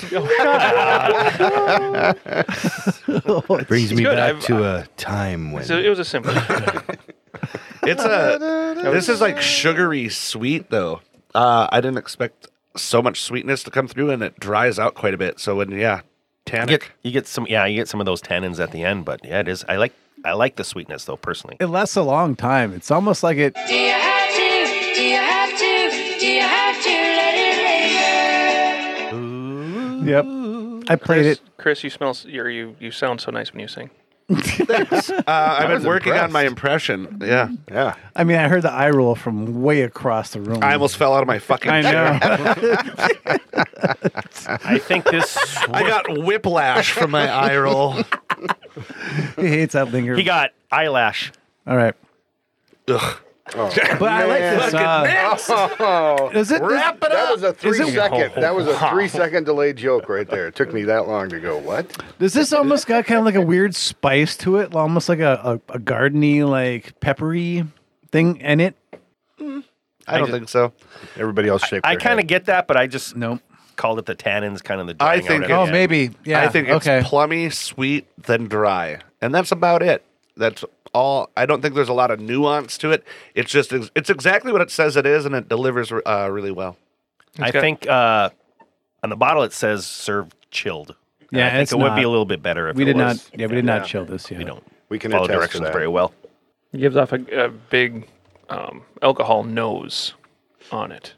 E: Brings me
H: good.
E: back
H: I've-
E: to a time when
H: So it was a simple.
I: It's a. This is like sugary sweet though. Uh, I didn't expect so much sweetness to come through, and it dries out quite a bit. So when
J: You
I: yeah,
J: get,
I: tannic.
J: you get some yeah, you get some of those tannins at the end, but yeah, it is I like I like the sweetness though personally.
B: it lasts a long time. It's almost like it
L: Do you have to? Do you have to? Do you have to let it linger?
B: Yep. I played
H: Chris,
B: it.
H: Chris, you smell. s- You're, you you sound so nice when you sing.
I: Uh, I've
B: was
I: been working on my
B: impressed.
I: impression. Yeah.
E: Yeah.
B: I mean, I heard the eye roll from way across the room.
I: I almost fell out of my fucking
B: I
I: chair.
B: know.
J: I think this.
I: I got whiplash from my eye roll.
B: he hates that linger.
A: He got eyelash.
B: All right. But I like this. Uh, is it?
E: Wrap it
B: up.
E: That was a
B: Is
E: three
B: it-
E: second. That was a three second delayed joke right there. It took me that long to go. What?
B: Does this almost got kind of like a weird spice to it, almost like a, a, a gardeny, like peppery thing in it?
I: I don't think so.
E: Everybody else shake.
A: I kind of get that, but I just
B: Nope.
A: called it the tannins, kind of the. drying
I: I
A: out
I: think
A: of
I: it-
A: it.
B: Oh, maybe. Yeah.
I: I think it's
B: okay.
I: plummy, sweet, then dry, and that's about it. That's all. I don't think there's a lot of nuance to it. It's just ex- it's exactly what it says it is, and it delivers uh, really well.
A: I think uh, on the bottle it says serve chilled. And
B: Yeah,
A: I think
B: it's
A: it would be
B: not-
A: a little bit better if
B: we
A: it
B: did
A: was.
B: not. Yeah, we did not chill this. Yeah.
A: We don't
E: We can
A: follow
E: attest to
A: directions
E: that.
A: very well.
H: It gives off a, a big um, alcohol nose on it.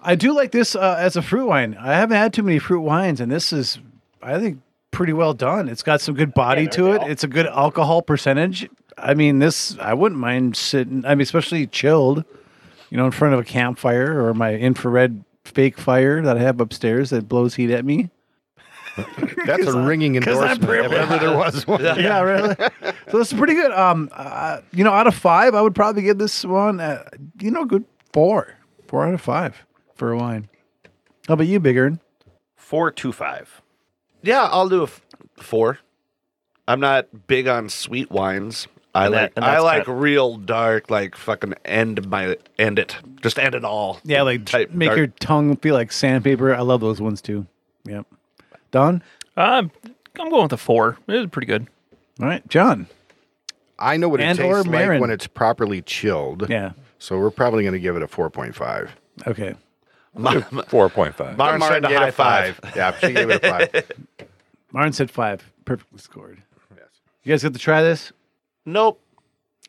B: I do like this uh, as a fruit wine. I haven't had too many fruit wines, and this is, I think, pretty well done. It's got some good body to it. It's a good alcohol percentage. I mean, this I wouldn't mind sitting. I mean, especially chilled, you know, in front of a campfire or my infrared fake fire that I have upstairs that blows heat at me.
E: That's a ringing endorsement. If ever there was one.
B: Yeah, really. so this is pretty good. Um, uh, you know, out of five, I would probably give this one, uh, you know, a good four, four out of five for a wine. How about you, Big Earn?
A: Four two five.
I: Yeah, I'll do a f- four. I'm not big on sweet wines. I
A: And that-
I: like
A: and
I: I
A: that's
I: like
A: kinda-
I: real dark, like fucking end my end it, just end it all.
B: Yeah, like
I: type
B: make
I: dark-
B: your tongue feel like sandpaper. I love those ones too. Yep. Don.
H: Um, I'm going with a four. It was pretty good.
B: All right, John.
E: I know what it
B: And or
E: tastes like
B: Marin.
E: when it's properly chilled.
B: Yeah.
E: So we're probably going to give it a 4.5.
B: Okay.
I: my, my,
G: 4.5.
I: Mara said the
E: gave it
I: high
E: a
I: five.
E: Yeah, she gave it a five.
B: Martin said five. Perfectly scored. You guys get to try this?
I: Nope.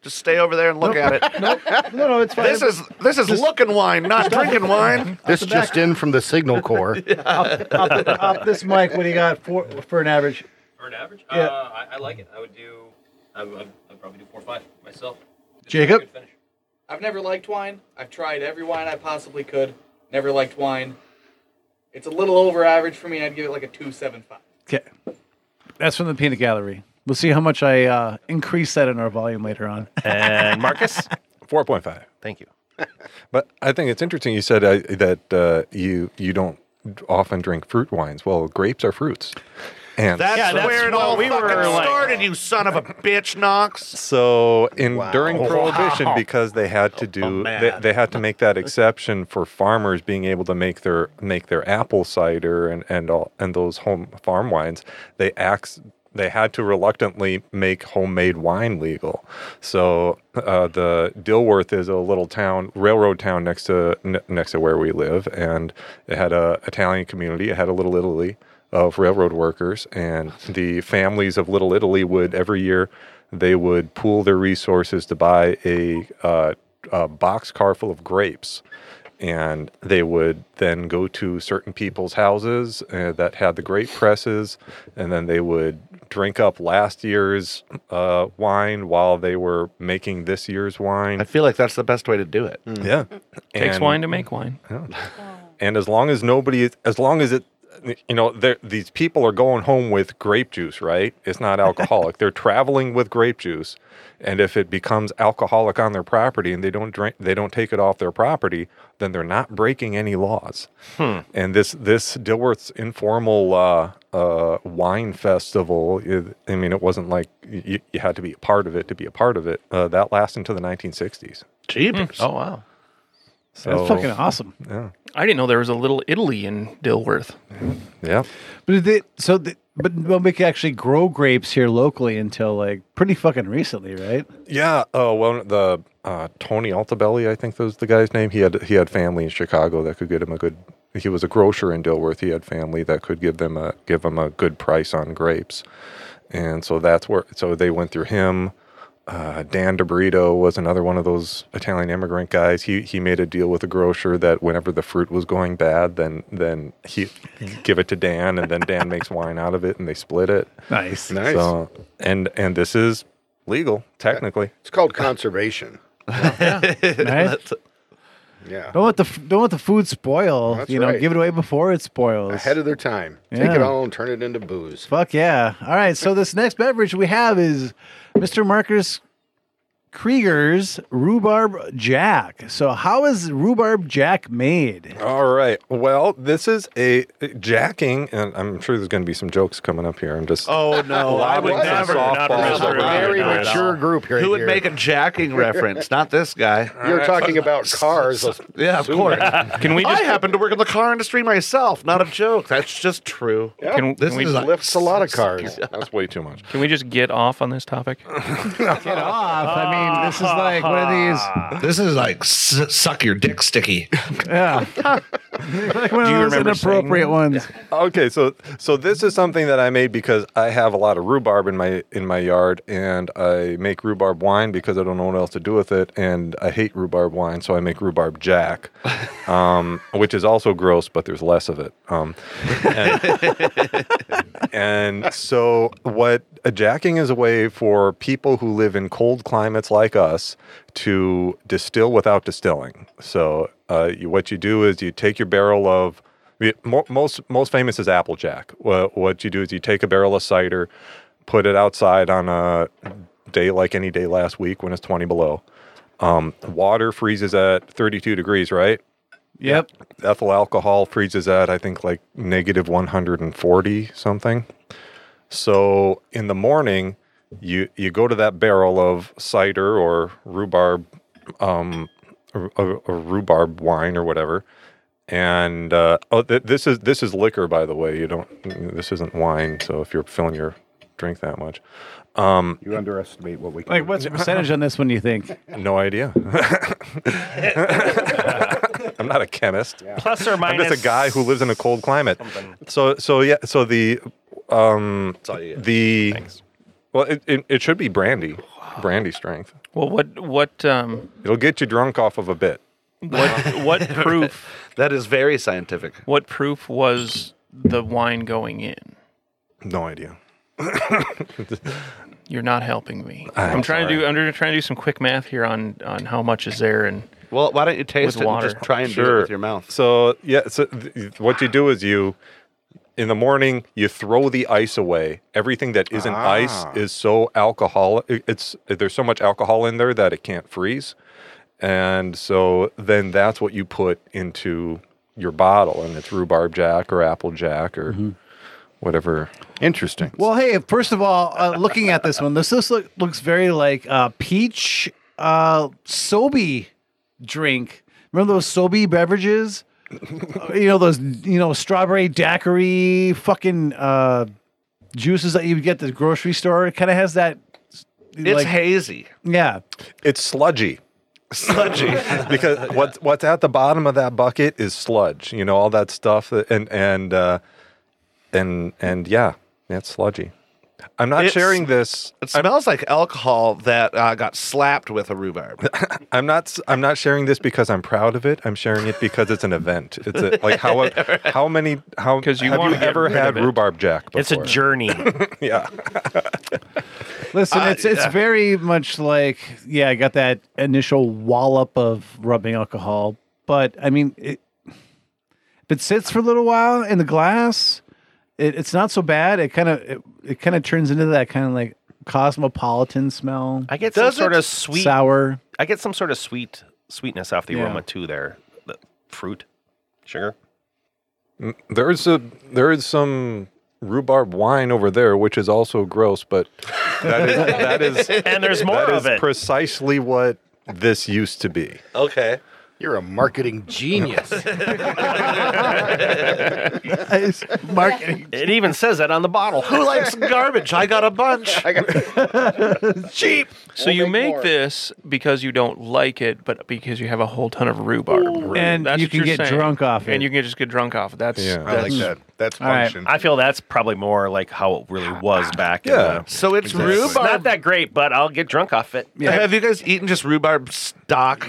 I: Just stay over there and look at it.
B: No, no, it's fine.
I: This is this is looking wine, not drinking wine.
E: this just in from the Signal Corps.
B: off, off this mic. What do you got for for an average?
C: For an average,
B: Yeah.
C: uh, I, I like it. I would do. I would, I would probably do four five myself.
B: Jacob?
C: Good finish.
M: I've never liked wine. I've tried every wine I possibly could. Never liked wine. It's a little over average for me. I'd give it like a 2.75.
B: Okay. That's from the peanut gallery. We'll see how much I uh, increase that in our volume later on.
A: And Marcus,
G: 4.5.
A: thank you.
G: But I think it's interesting. You said uh, that uh, you you don't often drink fruit wines. Well, grapes are fruits, and
I: That's,
A: that's
I: where it all
A: what we
I: fucking
A: were like-
I: started, you son of a bitch, Knox.
G: so in during prohibition,
I: Wow. Oh,
G: because they had to do they,
I: man.
G: they had to make that exception for farmers being able to make their make their apple cider and and all and those home farm wines. They acts they had to reluctantly make homemade wine legal. So uh, the Dilworth is a little town, railroad town next to n- next to where we live, and it had a Italian community. It had a Little Italy of railroad workers, and the families of Little Italy would every year they would pool their resources to buy a, uh, a box car full of grapes and they would then go to certain people's houses uh, that had the grape presses, and then they would drink up last year's uh, wine while they were making this year's wine.
I: I feel like that's the best way to do it.
G: Yeah,
H: Takes
G: And-
H: wine to make wine.
G: and as long as nobody, as long as it, you know, they're- these people are going home with grape juice, right? It's not alcoholic. they're traveling with grape juice, and if it becomes alcoholic on their property and they don't drink, they don't take it off their property, then they're not breaking any laws. And this this Dilworth's informal uh, uh, wine festival, i- I mean, it wasn't like you, you had to be a part of it to be a part of it. Uh, that lasted until the 1960s.
B: Mm.
I: Jeepers.
H: Oh wow!
G: So
B: That's fucking awesome.
H: I didn't know there was a little Italy in Dilworth.
G: yeah.
B: But they, so, the, but well, we could actually grow grapes here locally until like pretty fucking recently, right?
G: Yeah. Oh well, the uh, Tony Altabelli, I think that was the guy's name. He had he had family in Chicago that could get him a good. He was a grocer in Dilworth. He had family that could give them a give him a good price on grapes, and so that's where. So they went through him. uh, Dan DeBrito was another one of those Italian immigrant guys. He he made a deal with a grocer that whenever the fruit was going bad, then then he give it to Dan, and then Dan makes wine out of it, and they split it.
B: Nice.
E: Nice.
G: So, and and this is legal technically.
E: It's called conservation.
B: Nice.
E: Yeah.
B: Don't let the f- don't let the food spoil.
E: That's
B: you know,
E: right.
B: give it away before it spoils.
E: Ahead of their time. Take it
B: Yeah.
E: all and turn it into booze.
B: Fuck yeah! All right, so this next beverage we have is Mr. Marcus Krieger's rhubarb jack. So how is rhubarb jack made?
G: All right. Well, this is a jacking, and I'm sure there's going to be some jokes coming up here. I'm just
I: Oh no! I would
G: Lobbing some
I: never. Not
G: softballs
I: around the
G: around.
I: room.
G: Very
I: Not at all.
G: mature group right
I: Who would
G: here.
I: make a jacking reference? Not this guy.
E: You're talking about cars.
I: Yeah, of
E: Soon.
I: course.
E: Can we
I: I
E: just-
I: happen to work in the car industry myself. Not a joke. That's just true.
E: Yeah. Can-
I: this
E: can we
I: is
E: just lift a lot of cars.
G: That's way too much.
H: Can we just get off on this topic?
B: Get off! I mean, this is like one of these.
I: This is like s- suck your dick sticky.
B: Yeah. like one
H: Do
B: of
H: you
B: those
H: remember saying
B: inappropriate
H: that?
B: ones.
G: okay, so so this is something that I made because I have a lot of rhubarb in my in my yard, and I make rhubarb wine because I don't know what else to do with it, and I hate rhubarb wine, so I make rhubarb jack, um, which is also gross, but there's less of it. Um, and, and so, what a jacking is a way for people who live in cold climates like us to distill without distilling. So, uh, you, what you do is you take your barrel of yeah, mo- most most famous is applejack. What what you do is you take a barrel of cider, put it outside on a day like any day last week when it's 20 below. Um, water freezes at 32 degrees, right?
B: Yep.
G: Ethyl alcohol freezes at I think like negative 140 something. So in the morning, you you go to that barrel of cider or rhubarb, um, a, a- a rhubarb wine or whatever, and uh, oh, th- this is this is liquor by the way. You don't this isn't wine. So if you're filling your drink that much, um,
E: You underestimate what we can
B: Like, what's the percentage on this one? You think?
G: No idea. I'm not a chemist.
J: Plus or
G: I'm just
J: minus
G: a guy who lives in a cold climate. So so yeah. So the um the well, it, it, it should be brandy, brandy strength.
H: Well, what what um
G: It'll get you drunk off of a bit.
H: what what proof
I: That is very scientific.
H: what proof was the wine going in?
G: No idea.
H: You're not helping me.
G: I'm
H: I'm, trying to do I'm trying to do some quick math here on on how much is there and
I: Well, why don't you taste
H: With
I: it
H: water.
I: and just try and do it
G: Sure.
I: with your mouth?
G: So yeah, so th- what you do is you in the morning you throw the ice away. Everything that isn't ice
E: Ah.
G: is so alcohol. it- It's there's so much alcohol in there that it can't freeze, and so then that's what you put into your bottle, and it's rhubarb jack or apple jack or whatever.
E: Interesting.
B: Well, hey, first of all, uh, looking at this one, this this look, looks very like uh, peach uh, sobe drink. Remember those sobe beverages? Uh, you know those you know strawberry daiquiri fucking uh, juices that you get at the grocery store. It kind of has that.
I: It's
B: like-
I: hazy.
B: yeah.
G: It's sludgy.
I: Sludgy.
G: because what's what's at the bottom of that bucket is sludge. You know all that stuff, that, and and uh, and and yeah, that's sludgy. I'm not
I: It's-
G: sharing this.
I: It smells like alcohol that uh, got slapped with a rhubarb.
G: I'm not. s- I'm not sharing this because I'm proud of it. I'm sharing it because it's an event. It's a, like how how many how
H: 'Cause you
G: have you
H: wanna get
G: ever
H: rid of
G: had
H: it.
G: rhubarb jack? Before?
J: It's a journey.
G: yeah.
B: Listen, it's it's very much like yeah, I got that initial wallop of rubbing alcohol, but I mean, it, if it sits for a little while in the glass, it, it's not so bad. It kind of it, it kind of turns into that kind of like cosmopolitan smell,
J: I get
I: Does
J: some sort
I: it
J: of sweet.
B: sour.
J: I get some sort of sweet sweetness off the
B: Yeah.
J: aroma too. There, the fruit, sugar.
G: There is a there is some rhubarb wine over there, which is also gross, but that is that is
J: And there's more
G: that
J: of
G: is
J: it.
G: precisely what this used to be.
I: Okay.
E: You're a marketing genius.
B: It's marketing
J: it even says that on the bottle.
I: Who likes garbage? I got a bunch.
E: I got
B: cheap.
H: So
M: We'll
H: you
M: make
H: make
M: more.
H: this because you don't like it, but because you have a whole ton of rhubarb,
B: And
H: That's
B: you
H: what
B: can
H: you're
B: get
H: saying.
B: drunk off it.
H: and you can just get drunk off. it. That's
B: Yeah.
H: that's,
E: That's
H: I
J: feel that's probably more like how it really was back.
I: Yeah.
J: In the,
I: So it's rhubarb.
J: Not that great, but I'll get drunk off it.
I: Have you guys eaten just rhubarb stock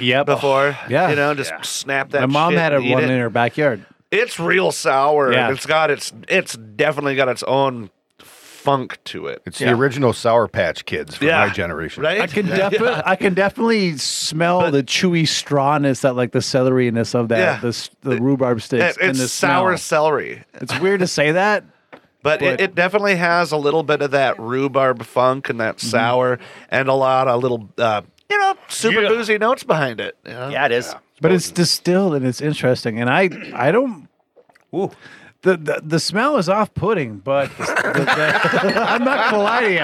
B: Oh,
I: before?
B: Yeah.
I: You know, just snap that
B: My mom
I: shit
B: had a
I: and eat
B: one
I: it.
B: in her backyard.
I: It's real sour.
B: Yeah.
I: and It's got its it's definitely got its own funk to it.
E: It's the original Sour Patch Kids from
I: Yeah.
E: my generation.
I: Right?
B: I can definitely, I can definitely smell the chewy strawness that, like, the celeriness of that,
I: Yeah.
B: the, s- the rhubarb sticks.
I: It-
B: and the
I: it's sour
B: smell.
I: celery.
B: It's weird to say that,
I: But, it,
B: But-
I: it definitely has a little bit of that rhubarb funk and
B: Mm-hmm.
I: that sour and a lot of little, uh, you know, super boozy notes behind it. Yeah,
J: it is.
B: but it's distilled and it's interesting. And I, I don't. The, the the smell is off putting, but the- the- I'm not gonna lie to you.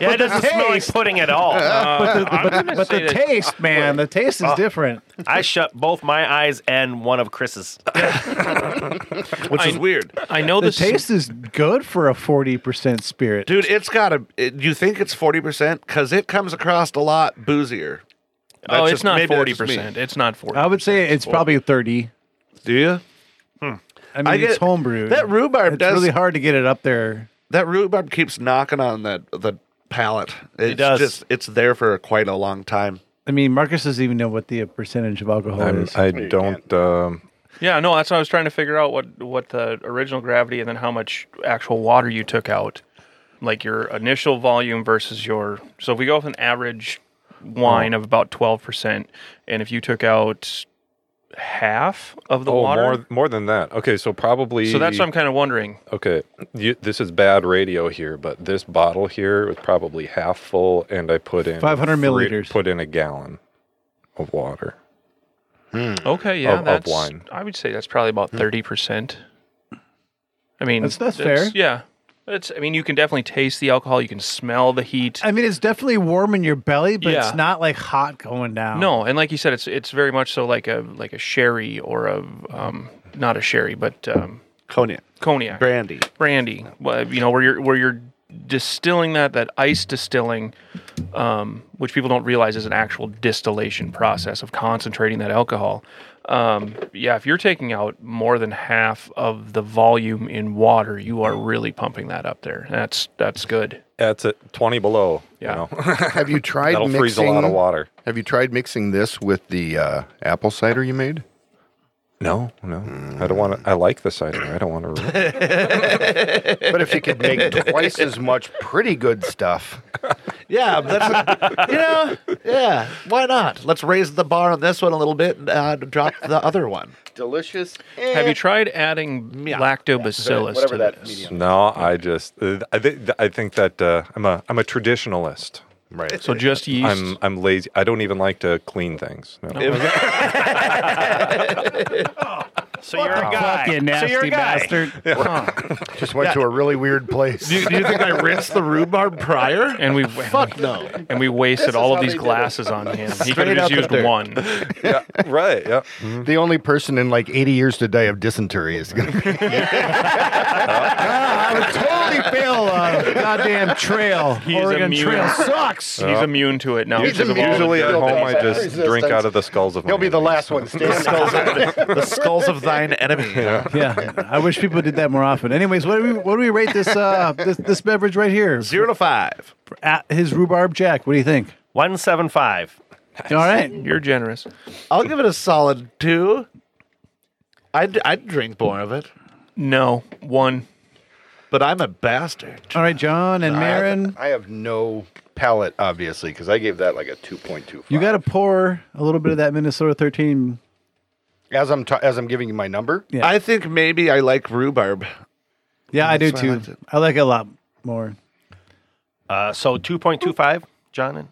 J: Yeah, it doesn't smell like
B: taste-
J: pudding at all.
B: but the,
J: I'm
B: but the,
J: gonna
B: but
J: say
B: the
J: that-
B: taste, man, the taste is different.
J: I shut both my eyes and one of Chris's.
I: Which is weird.
H: I know
B: the
H: this.
B: taste is good for a forty percent spirit.
I: Dude, it's got a. It, you think it's 40%? Because it comes across a lot boozier.
H: Oh,
I: That's
H: it's
I: just-
H: not
I: maybe that's
H: forty
I: just me.
H: percent. It's not forty.
B: I would say it's probably thirty.
I: Do you?
B: I mean,
I: I
B: it's
I: get-
B: homebrew.
I: That rhubarb
B: it's
I: does.
B: really hard to get it up there.
I: That rhubarb keeps knocking on the, the palate. It's
J: does.
I: Just, it's there for quite a long time.
B: I mean, Marcus doesn't even know what the percentage of alcohol
G: I'm,
B: is.
G: I don't. Um,
H: Yeah, no, that's what I was trying to figure out what what the original gravity and then how much actual water you took out, like your initial volume versus your. So if we go with an average wine of about twelve percent, and if you took out half of the
G: oh,
H: water,
G: more more than that. Okay, so probably.
H: so that's what I'm kind of wondering.
G: Okay, you, this is bad radio here, but this bottle here was probably half full, and I put in
B: 500
G: three-
B: milliliters.
G: Put in a gallon of water.
H: Okay, yeah,
G: Of- of
H: that's.
G: wine. Hmm.
H: I would say that's probably about thirty percent. I mean,
B: That's- that's fair.
H: Yeah, it's. I mean, you can definitely taste the alcohol. You can smell the heat.
B: I mean, it's definitely warm in your belly, but
H: Yeah.
B: it's not like hot going down.
H: No, and like you said, it's it's very much so like a like a sherry or a um, not a sherry, but um,
I: Cognac.
H: cognac,
I: Brandy.
H: brandy. Well, you know where you're where you're distilling that that ice distilling, um, which people don't realize is an actual distillation process of concentrating that alcohol. Um, yeah, if you're taking out more than half of the volume in water, you are really pumping that up there. That's that's good.
G: That's at twenty below.
H: Yeah.
G: You know?
E: Have you tried
G: That'll
E: mixing,
G: freeze a lot of water.
E: Have you tried mixing this with the uh, apple cider you made?
G: No, no,
H: Hmm.
G: I don't want to. I like the cider. I don't want to.
E: But if you could make twice as much pretty good stuff,
I: Yeah, that's you know, yeah. Why not? Let's raise the bar on this one a little bit and uh, drop the other one.
E: delicious.
H: Have you tried adding
I: Yeah.
H: lactobacillus to
E: Whatever that
H: this?
E: medium.
G: No, I just. uh, I, th- I think that uh, I'm a I'm a traditionalist.
E: Right.
H: So just yeast.
G: I'm I'm lazy. I don't even like to clean things. No.
J: So you're a guy. so you're a guy.
E: Just went to a really weird place.
I: Do you think I rinsed the rhubarb prior?
H: and we
I: Fuck no.
H: and we wasted all of these glasses on him. He could have
I: out
H: just
I: the
H: used
I: dirt.
H: one.
G: yeah, right. Yeah.
E: the only person in like 80 years to die of dysentery is going to be.
B: I would totally fail on the goddamn trail.
H: is
B: Oregon
H: immune.
B: Trail sucks.
H: He's immune to it now.
E: He's
H: because of all the
G: Usually at
H: dirt.
G: home, I
E: Resistance.
G: just drink out of the skulls of. my
E: He'll be the last
G: enemies.
E: one standing.
I: Skulls of, the skulls of thine enemy.
B: Yeah, I wish people did that more often. Anyways, what do we what do we rate this uh this, this beverage right here?
I: Zero to five.
B: At his rhubarb jack. What do you think?
J: One seven five.
B: All right,
H: You're generous.
I: I'll give it a solid two. I'd, I'd drink more of it,
H: No one.
I: but I'm a bastard.
B: all right, John and Marin,
E: I have no palate, obviously, because I gave that like a 2.25.
B: you got to pour a little bit of that Minnesota 13.
E: as I'm ta- as I'm giving you my number.
B: Yeah.
I: I think maybe I like rhubarb.
B: Yeah, I do
I: That's why I
B: too.
I: liked it.
B: I like it a lot more.
J: Uh, so two point two five. John and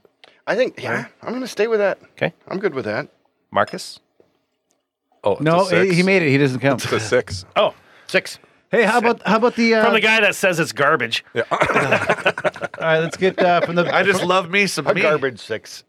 E: I think yeah, I'm going to stay with that.
J: 'Kay.
E: I'm good with that.
J: Marcus.
G: Oh it's
B: No,
G: a six.
B: he he made it. He doesn't count.
G: It's a six.
J: Oh,
E: Six.
B: Hey, how about how about the? Uh,
J: from the guy that says it's garbage.
B: all right, let's get uh, from the
I: I just love me some
E: A
I: me.
E: garbage six.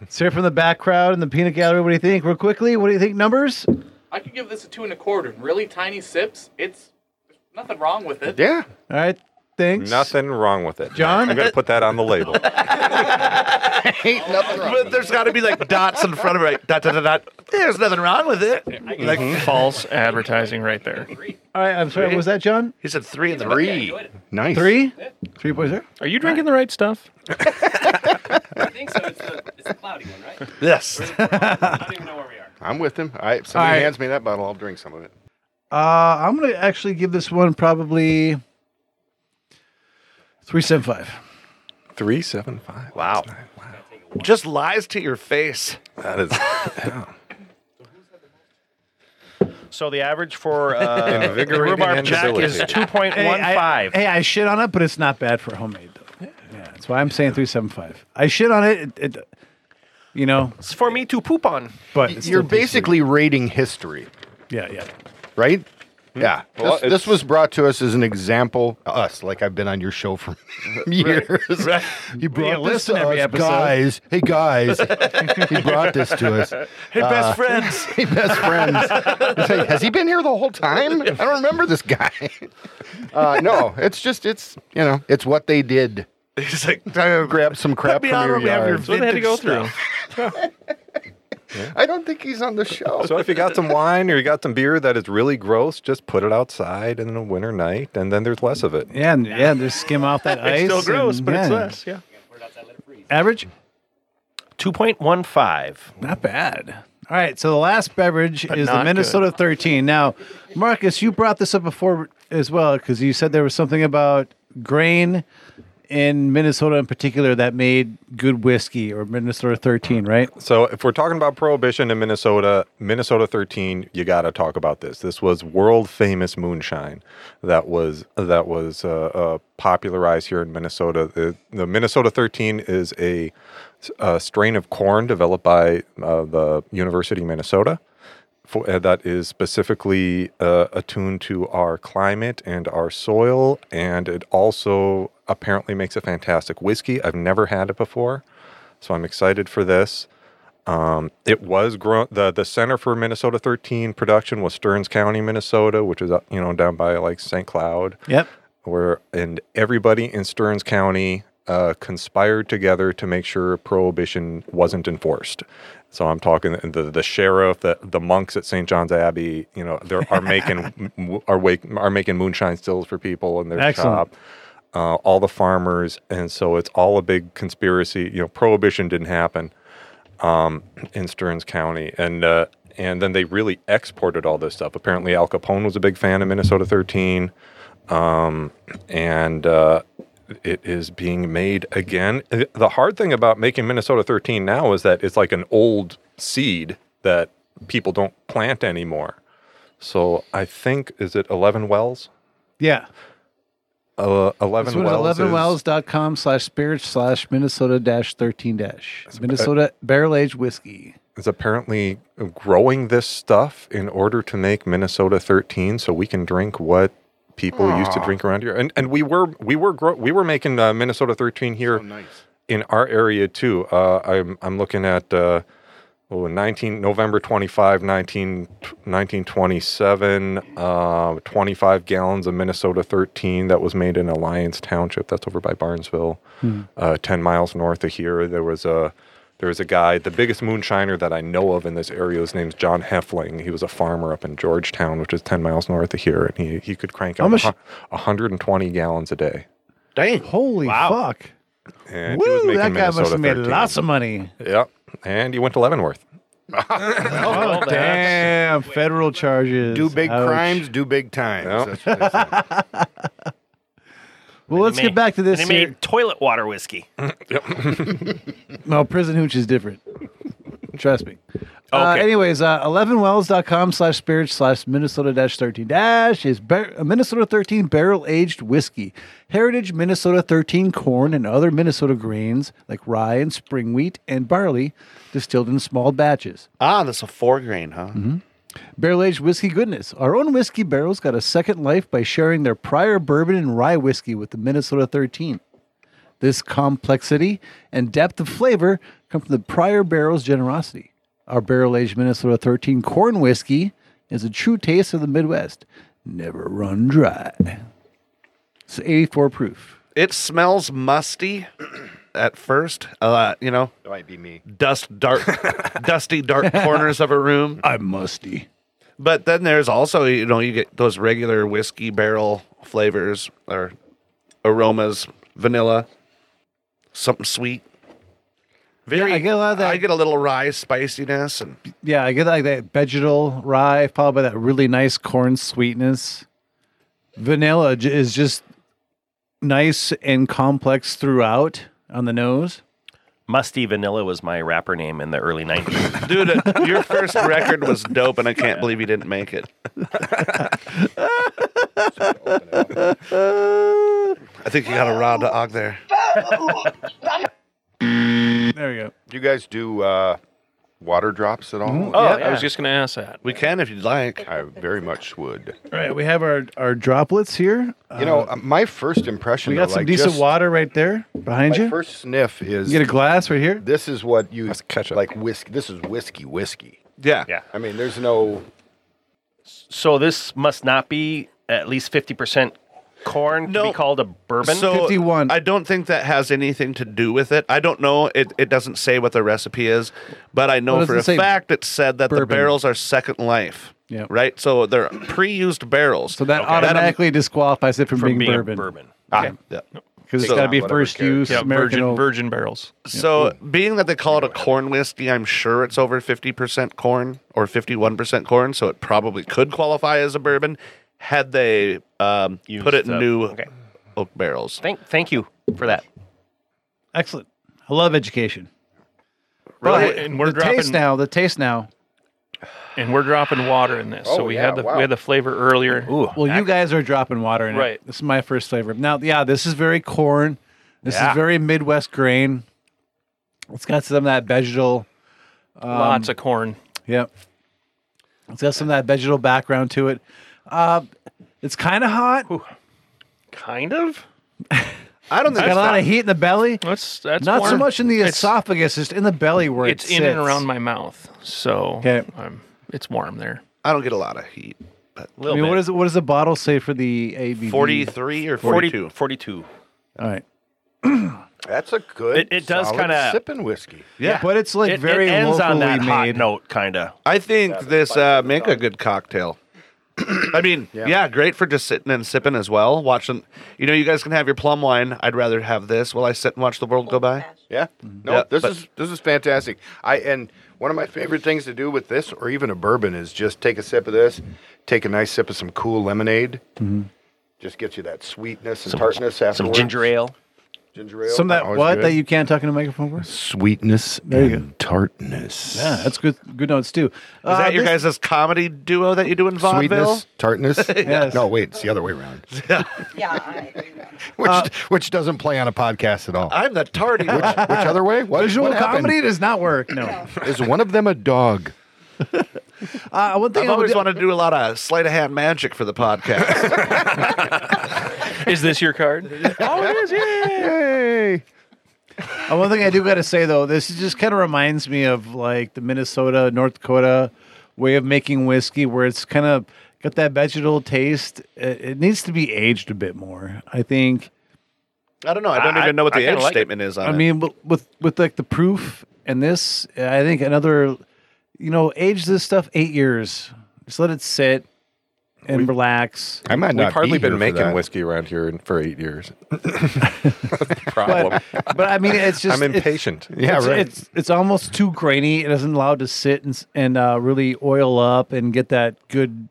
B: let's hear from the back crowd and the peanut gallery. What do you think, real quickly? What do you think? Numbers?
M: I could give this a two and a quarter. Really tiny sips. It's there's nothing wrong with it.
E: Yeah.
B: All right, Thanks.
G: Nothing wrong with it.
B: John?
G: I'm going to put that on the label.
I: Ain't nothing wrong. But there's got to be like dots in front of it. Like, dot, dot, dot, dot. There's nothing wrong with it.
H: Like false advertising right there.
B: All right, I'm sorry.
H: Three?
B: Was that John?
I: He said three in the
H: Three.
B: Nice. Three? Three point zero.
H: Are you drinking the right stuff?
N: I think so. It's the, it's the cloudy one, right?
I: Yes.
N: I don't even know where we are.
E: I'm with him. All right, somebody
B: All right.
E: hands me that bottle, I'll drink some of it.
B: Uh, I'm gonna actually give this one probably three seven five.
G: Three seven five.
I: Wow. Just lies to your face.
G: That is. yeah.
A: So the average for uh, the
G: Invigorating
A: rhubarb
G: and
A: jack is
G: debilitating.
A: two point
B: Hey,
A: one
B: I,
A: five.
B: hey, I shit on it, but it's not bad for homemade though. Yeah, that's why I'm saying three seven five. I shit on it, it, it you know,
A: It's for me to poop on.
B: but it's
E: You're
B: still tasty.
E: basically rating history,
B: yeah, yeah.
E: right? Yeah.
G: Well,
E: this, this
G: it's-
E: was brought to us as an example. Us, like I've been on your show for years. You brought
B: Yeah,
E: this
B: listen
E: to
B: every
E: us,
B: episode.
E: guys. Hey guys, he brought this to us.
I: Hey,
E: Uh,
I: best friends.
E: Hey, best friends. It's like, Has he been here the whole time? I don't remember this guy. Uh, no, it's just it's you know it's what they did.
I: He's like,
E: Grab some crap
I: put
E: from
I: me on
E: your
I: when we have your
E: yard.
H: what they had to
I: vintage
H: go through.
I: stuff.
E: I don't think he's on the show.
G: So if you got some wine or you got some beer that is really gross, just put it outside in a winter night, and then there's less of it.
B: Yeah, and, yeah, just skim off that ice.
H: It's still gross,
B: and,
H: but it's
B: yeah.
H: less. Yeah.
B: Average?
A: Two point one five.
B: Not bad. All right, so the last beverage is the
H: not
B: Minnesota 13. Now, Marcus, you brought this up before as well because you said there was something about grain in Minnesota in particular that made good whiskey or Minnesota 13, right?
G: So if we're talking about prohibition in Minnesota, Minnesota 13, you got to talk about this. This was world famous moonshine that was that was uh, uh, popularized here in Minnesota. The, the Minnesota 13 is a, a strain of corn developed by uh, the University of Minnesota. For, uh, that is specifically uh, attuned to our climate and our soil, and it also apparently makes a fantastic whiskey. I've never had it before, so I'm excited for this. Um, it was grown. the The center for Minnesota 13 production was Stearns County, Minnesota, which is uh, you know down by like St. Cloud.
B: Yep.
G: Where and everybody in Stearns County uh, conspired together to make sure prohibition wasn't enforced. So I'm talking the the sheriff, the the monks at St. John's Abbey. You know, they are making m- are wake, are making moonshine stills for people in their
B: Excellent.
G: shop uh, all the farmers, and so it's all a big conspiracy. You know, prohibition didn't happen um, in Stearns County, and uh, and then they really exported all this stuff. Apparently, Al Capone was a big fan of Minnesota 13, um, and uh, it is being made again. The hard thing about making Minnesota 13 now is that it's like an old seed that people don't plant anymore. So I think is it 11 wells.
B: Yeah.
G: Uh, 11
B: This one is
G: wells. is-
B: 11wells.com slash spirits slash Minnesota dash 13 dash. Minnesota barrel aged whiskey.
G: is apparently growing this stuff in order to make Minnesota 13 so we can drink what people used to drink around here. And and we were we were grow, we were making uh, Minnesota 13 here in our area too. Uh, I'm I'm looking at uh, oh, 19 November 25 19 1927 uh, 25 gallons of Minnesota 13 that was made in Alliance Township that's over by Barnesville
B: Hmm.
G: uh, 10 miles north of here there was a there was a guy the biggest moonshiner that I know of in this area his name's John Heffling he was a farmer up in Georgetown which is 10 miles north of here and he he could crank
B: How
G: out
B: much-
G: a hu- 120 gallons a day
I: Dang.
B: Holy fuck.
G: and he was
B: Woo,
G: making
B: that guy
G: Minnesota
B: must have made
G: 13.
B: lots of money.
G: yep and he went to Leavenworth
B: Oh, damn. Federal charges.
E: Do big
B: Ouch.
E: crimes, do big times.
G: Yep.
E: That's what they say.
B: Well, let's get back to this.
A: They
B: here.
A: made toilet water whiskey.
B: No, prison hooch is different. Trust me. Uh,
A: Okay.
B: anyways, uh, 11wells.com slash spirits slash Minnesota dash 13 dash is bar- uh, Minnesota 13 barrel aged whiskey. Heritage Minnesota 13 corn and other Minnesota grains like rye and spring wheat and barley distilled in small batches.
I: Ah, that's a four grain, huh?
H: Mm-hmm.
B: Barrel aged whiskey goodness. Our own whiskey barrels got a second life by sharing their prior bourbon and rye whiskey with the Minnesota 13. This complexity and depth of flavor come from the prior barrel's generosity. Our barrel aged Minnesota 13 corn whiskey is a true taste of the Midwest. Never run dry. It's 84 proof.
I: It smells musty at first. Uh, you know,
E: it might be me.
I: Dust dark, dusty dark corners of a room.
B: I'm musty.
I: But then there's also you know you get those regular whiskey barrel flavors or aromas, vanilla, something sweet. Very, I get a lot of that. I get a little rye spiciness and
B: Yeah, I get like that vegetal rye, followed by that really nice corn sweetness. Vanilla j- is just nice and complex throughout on the nose.
O: Musty Vanilla was my rapper name in the early 90s.
I: Dude, uh, your first record was dope, and I can't believe you didn't make it. I think you got a rod to og there.
B: There we go.
E: Do you guys do uh, water drops at all?
B: Mm-hmm.
H: Oh, Yeah, I yeah. was just gonna ask that.
I: We can if you'd like.
E: I very much would.
B: All right, we have our, our droplets here.
E: You know,
B: Uh,
E: uh, my first impression.
B: we got
E: though,
B: some
E: like,
B: decent
E: just-
B: water right there behind
E: my
B: you.
E: First sniff is
B: you get a glass right here.
E: This is what you like whiskey. This is whiskey, whiskey.
I: Yeah.
O: Yeah.
E: I mean, there's no.
O: So this must not be at least 50% corn to be called a bourbon?
I: So I don't think that has anything to do with it. I don't know. It, it doesn't say what the recipe is, but I
B: Well,
I: know
B: it
I: for a
B: doesn't say
I: fact it said that the
B: bourbon.
I: barrels are second life.
B: Yeah.
I: Right? So they're pre used barrels. So
B: That automatically disqualifies it from, being, bourbon.
I: Ah,
B: Because it's
I: So-
B: got to be
I: Whatever
B: first use
I: carries. Yeah,
B: American
I: virgin-
B: oak.
H: Virgin barrels.
I: So, being that they call it a corn whiskey, I'm sure it's over 50% corn or 51% corn, so it probably could qualify as a bourbon had they um, put it in
O: the-
I: new oak barrels.
O: Thank, thank you for that.
B: Excellent. I love education.
H: Really?
B: But
H: And we're
B: the taste
H: dropping-
B: now. The taste now.
H: And we're dropping water in this. so
B: Oh,
H: we
B: yeah,
H: had the
B: wow.
H: we had the flavor earlier. Ooh.
B: Well, you guys are dropping water in it.
H: Right.
B: This is my first flavor. Now, yeah, this is very corn. This
H: Yeah.
B: is very Midwest grain. It's got some of that vegetal. um,
H: Lots of corn.
B: Yep. It's got some of that vegetal background to it. Uh, it's kind of hot.
H: Kind of?
I: I don't
B: It's got a lot of heat in the belly.
H: That's that's
B: Not so
H: warm.
B: much in the esophagus, just in the belly where
H: It's
B: it
H: in and
B: sits.
H: around my mouth. So
B: Okay.
H: I'm, it's warm there.
I: I don't get a lot of heat. But
B: I mean, what does what does the bottle say for the ABV?
I: 43 or 42?
O: 42.
B: All right.
E: That's a good.
O: It- it does
E: solid
O: kinda-
E: sipping whiskey.
I: Yeah.
B: but it's like
O: It-
B: very
O: it ends on
B: locally
O: that hot
B: made.
O: note, kind of.
I: I think this uh, make a good cocktail. I mean, yeah. great for just sitting and sipping as well. Watching, you know, you guys can have your plum wine. I'd rather have this while I sit and watch the world go by.
E: Yeah.
B: Mm-hmm.
E: No,
I: Yeah,
E: this
I: but-
E: is this is fantastic. I and one of my favorite things to do with this, or even a bourbon, is just take a sip of this, take a nice sip of some cool lemonade.
B: Mm-hmm.
E: Just gets you that sweetness and tartness afterwards.
O: Some ginger ale.
E: Ginger ale.
B: Some of that
E: always
B: what
E: good.
B: that you can't talk in a microphone for?
E: Sweetness
B: There you
E: and tartness.
B: Yeah, that's good. Good notes too. Uh,
I: Is that your guys' comedy duo that you do in vaudeville?
E: Sweetness, tartness.
B: Yes.
E: No, wait, it's the other way around.
L: Yeah.
E: Which
B: Uh,
E: which doesn't play on a podcast at all.
I: I'm the tardy.
E: Which, which other way? What,
B: Visual
E: what happened?
B: comedy does not work. Uh, No.
E: Is one of them a dog?
B: Uh, one thing
I: I've
B: I would
I: always
B: do-
I: wanted to do a lot of sleight of hand magic for the podcast.
H: Is this your card? oh, it is. Yeah.
E: Hey.
B: Uh, one thing I do got to say though, this is just kind of reminds me of like the Minnesota, North Dakota way of making whiskey, where it's kind of got that vegetal taste. It, it needs to be aged a bit more, I think.
I: I don't know. I don't
O: I-
I: even know what
O: I
I: the
O: kinda
I: edge
O: like it.
I: statement is on
B: I
I: it.
B: mean, but with with like the proof and this, I think another, you know, age this stuff eight years. Just let it sit and relax.
E: I might
G: We've
E: not.
G: hardly
E: be
G: been
E: here for
G: making
E: that.
G: whiskey around here in- for eight years. That's the problem.
B: But I mean, it's just
G: I'm
B: it's-
G: impatient.
E: Yeah,
B: it's,
E: right.
B: It's it's almost too grainy. It doesn't allow it to sit and s- and uh, really oil up and get that good,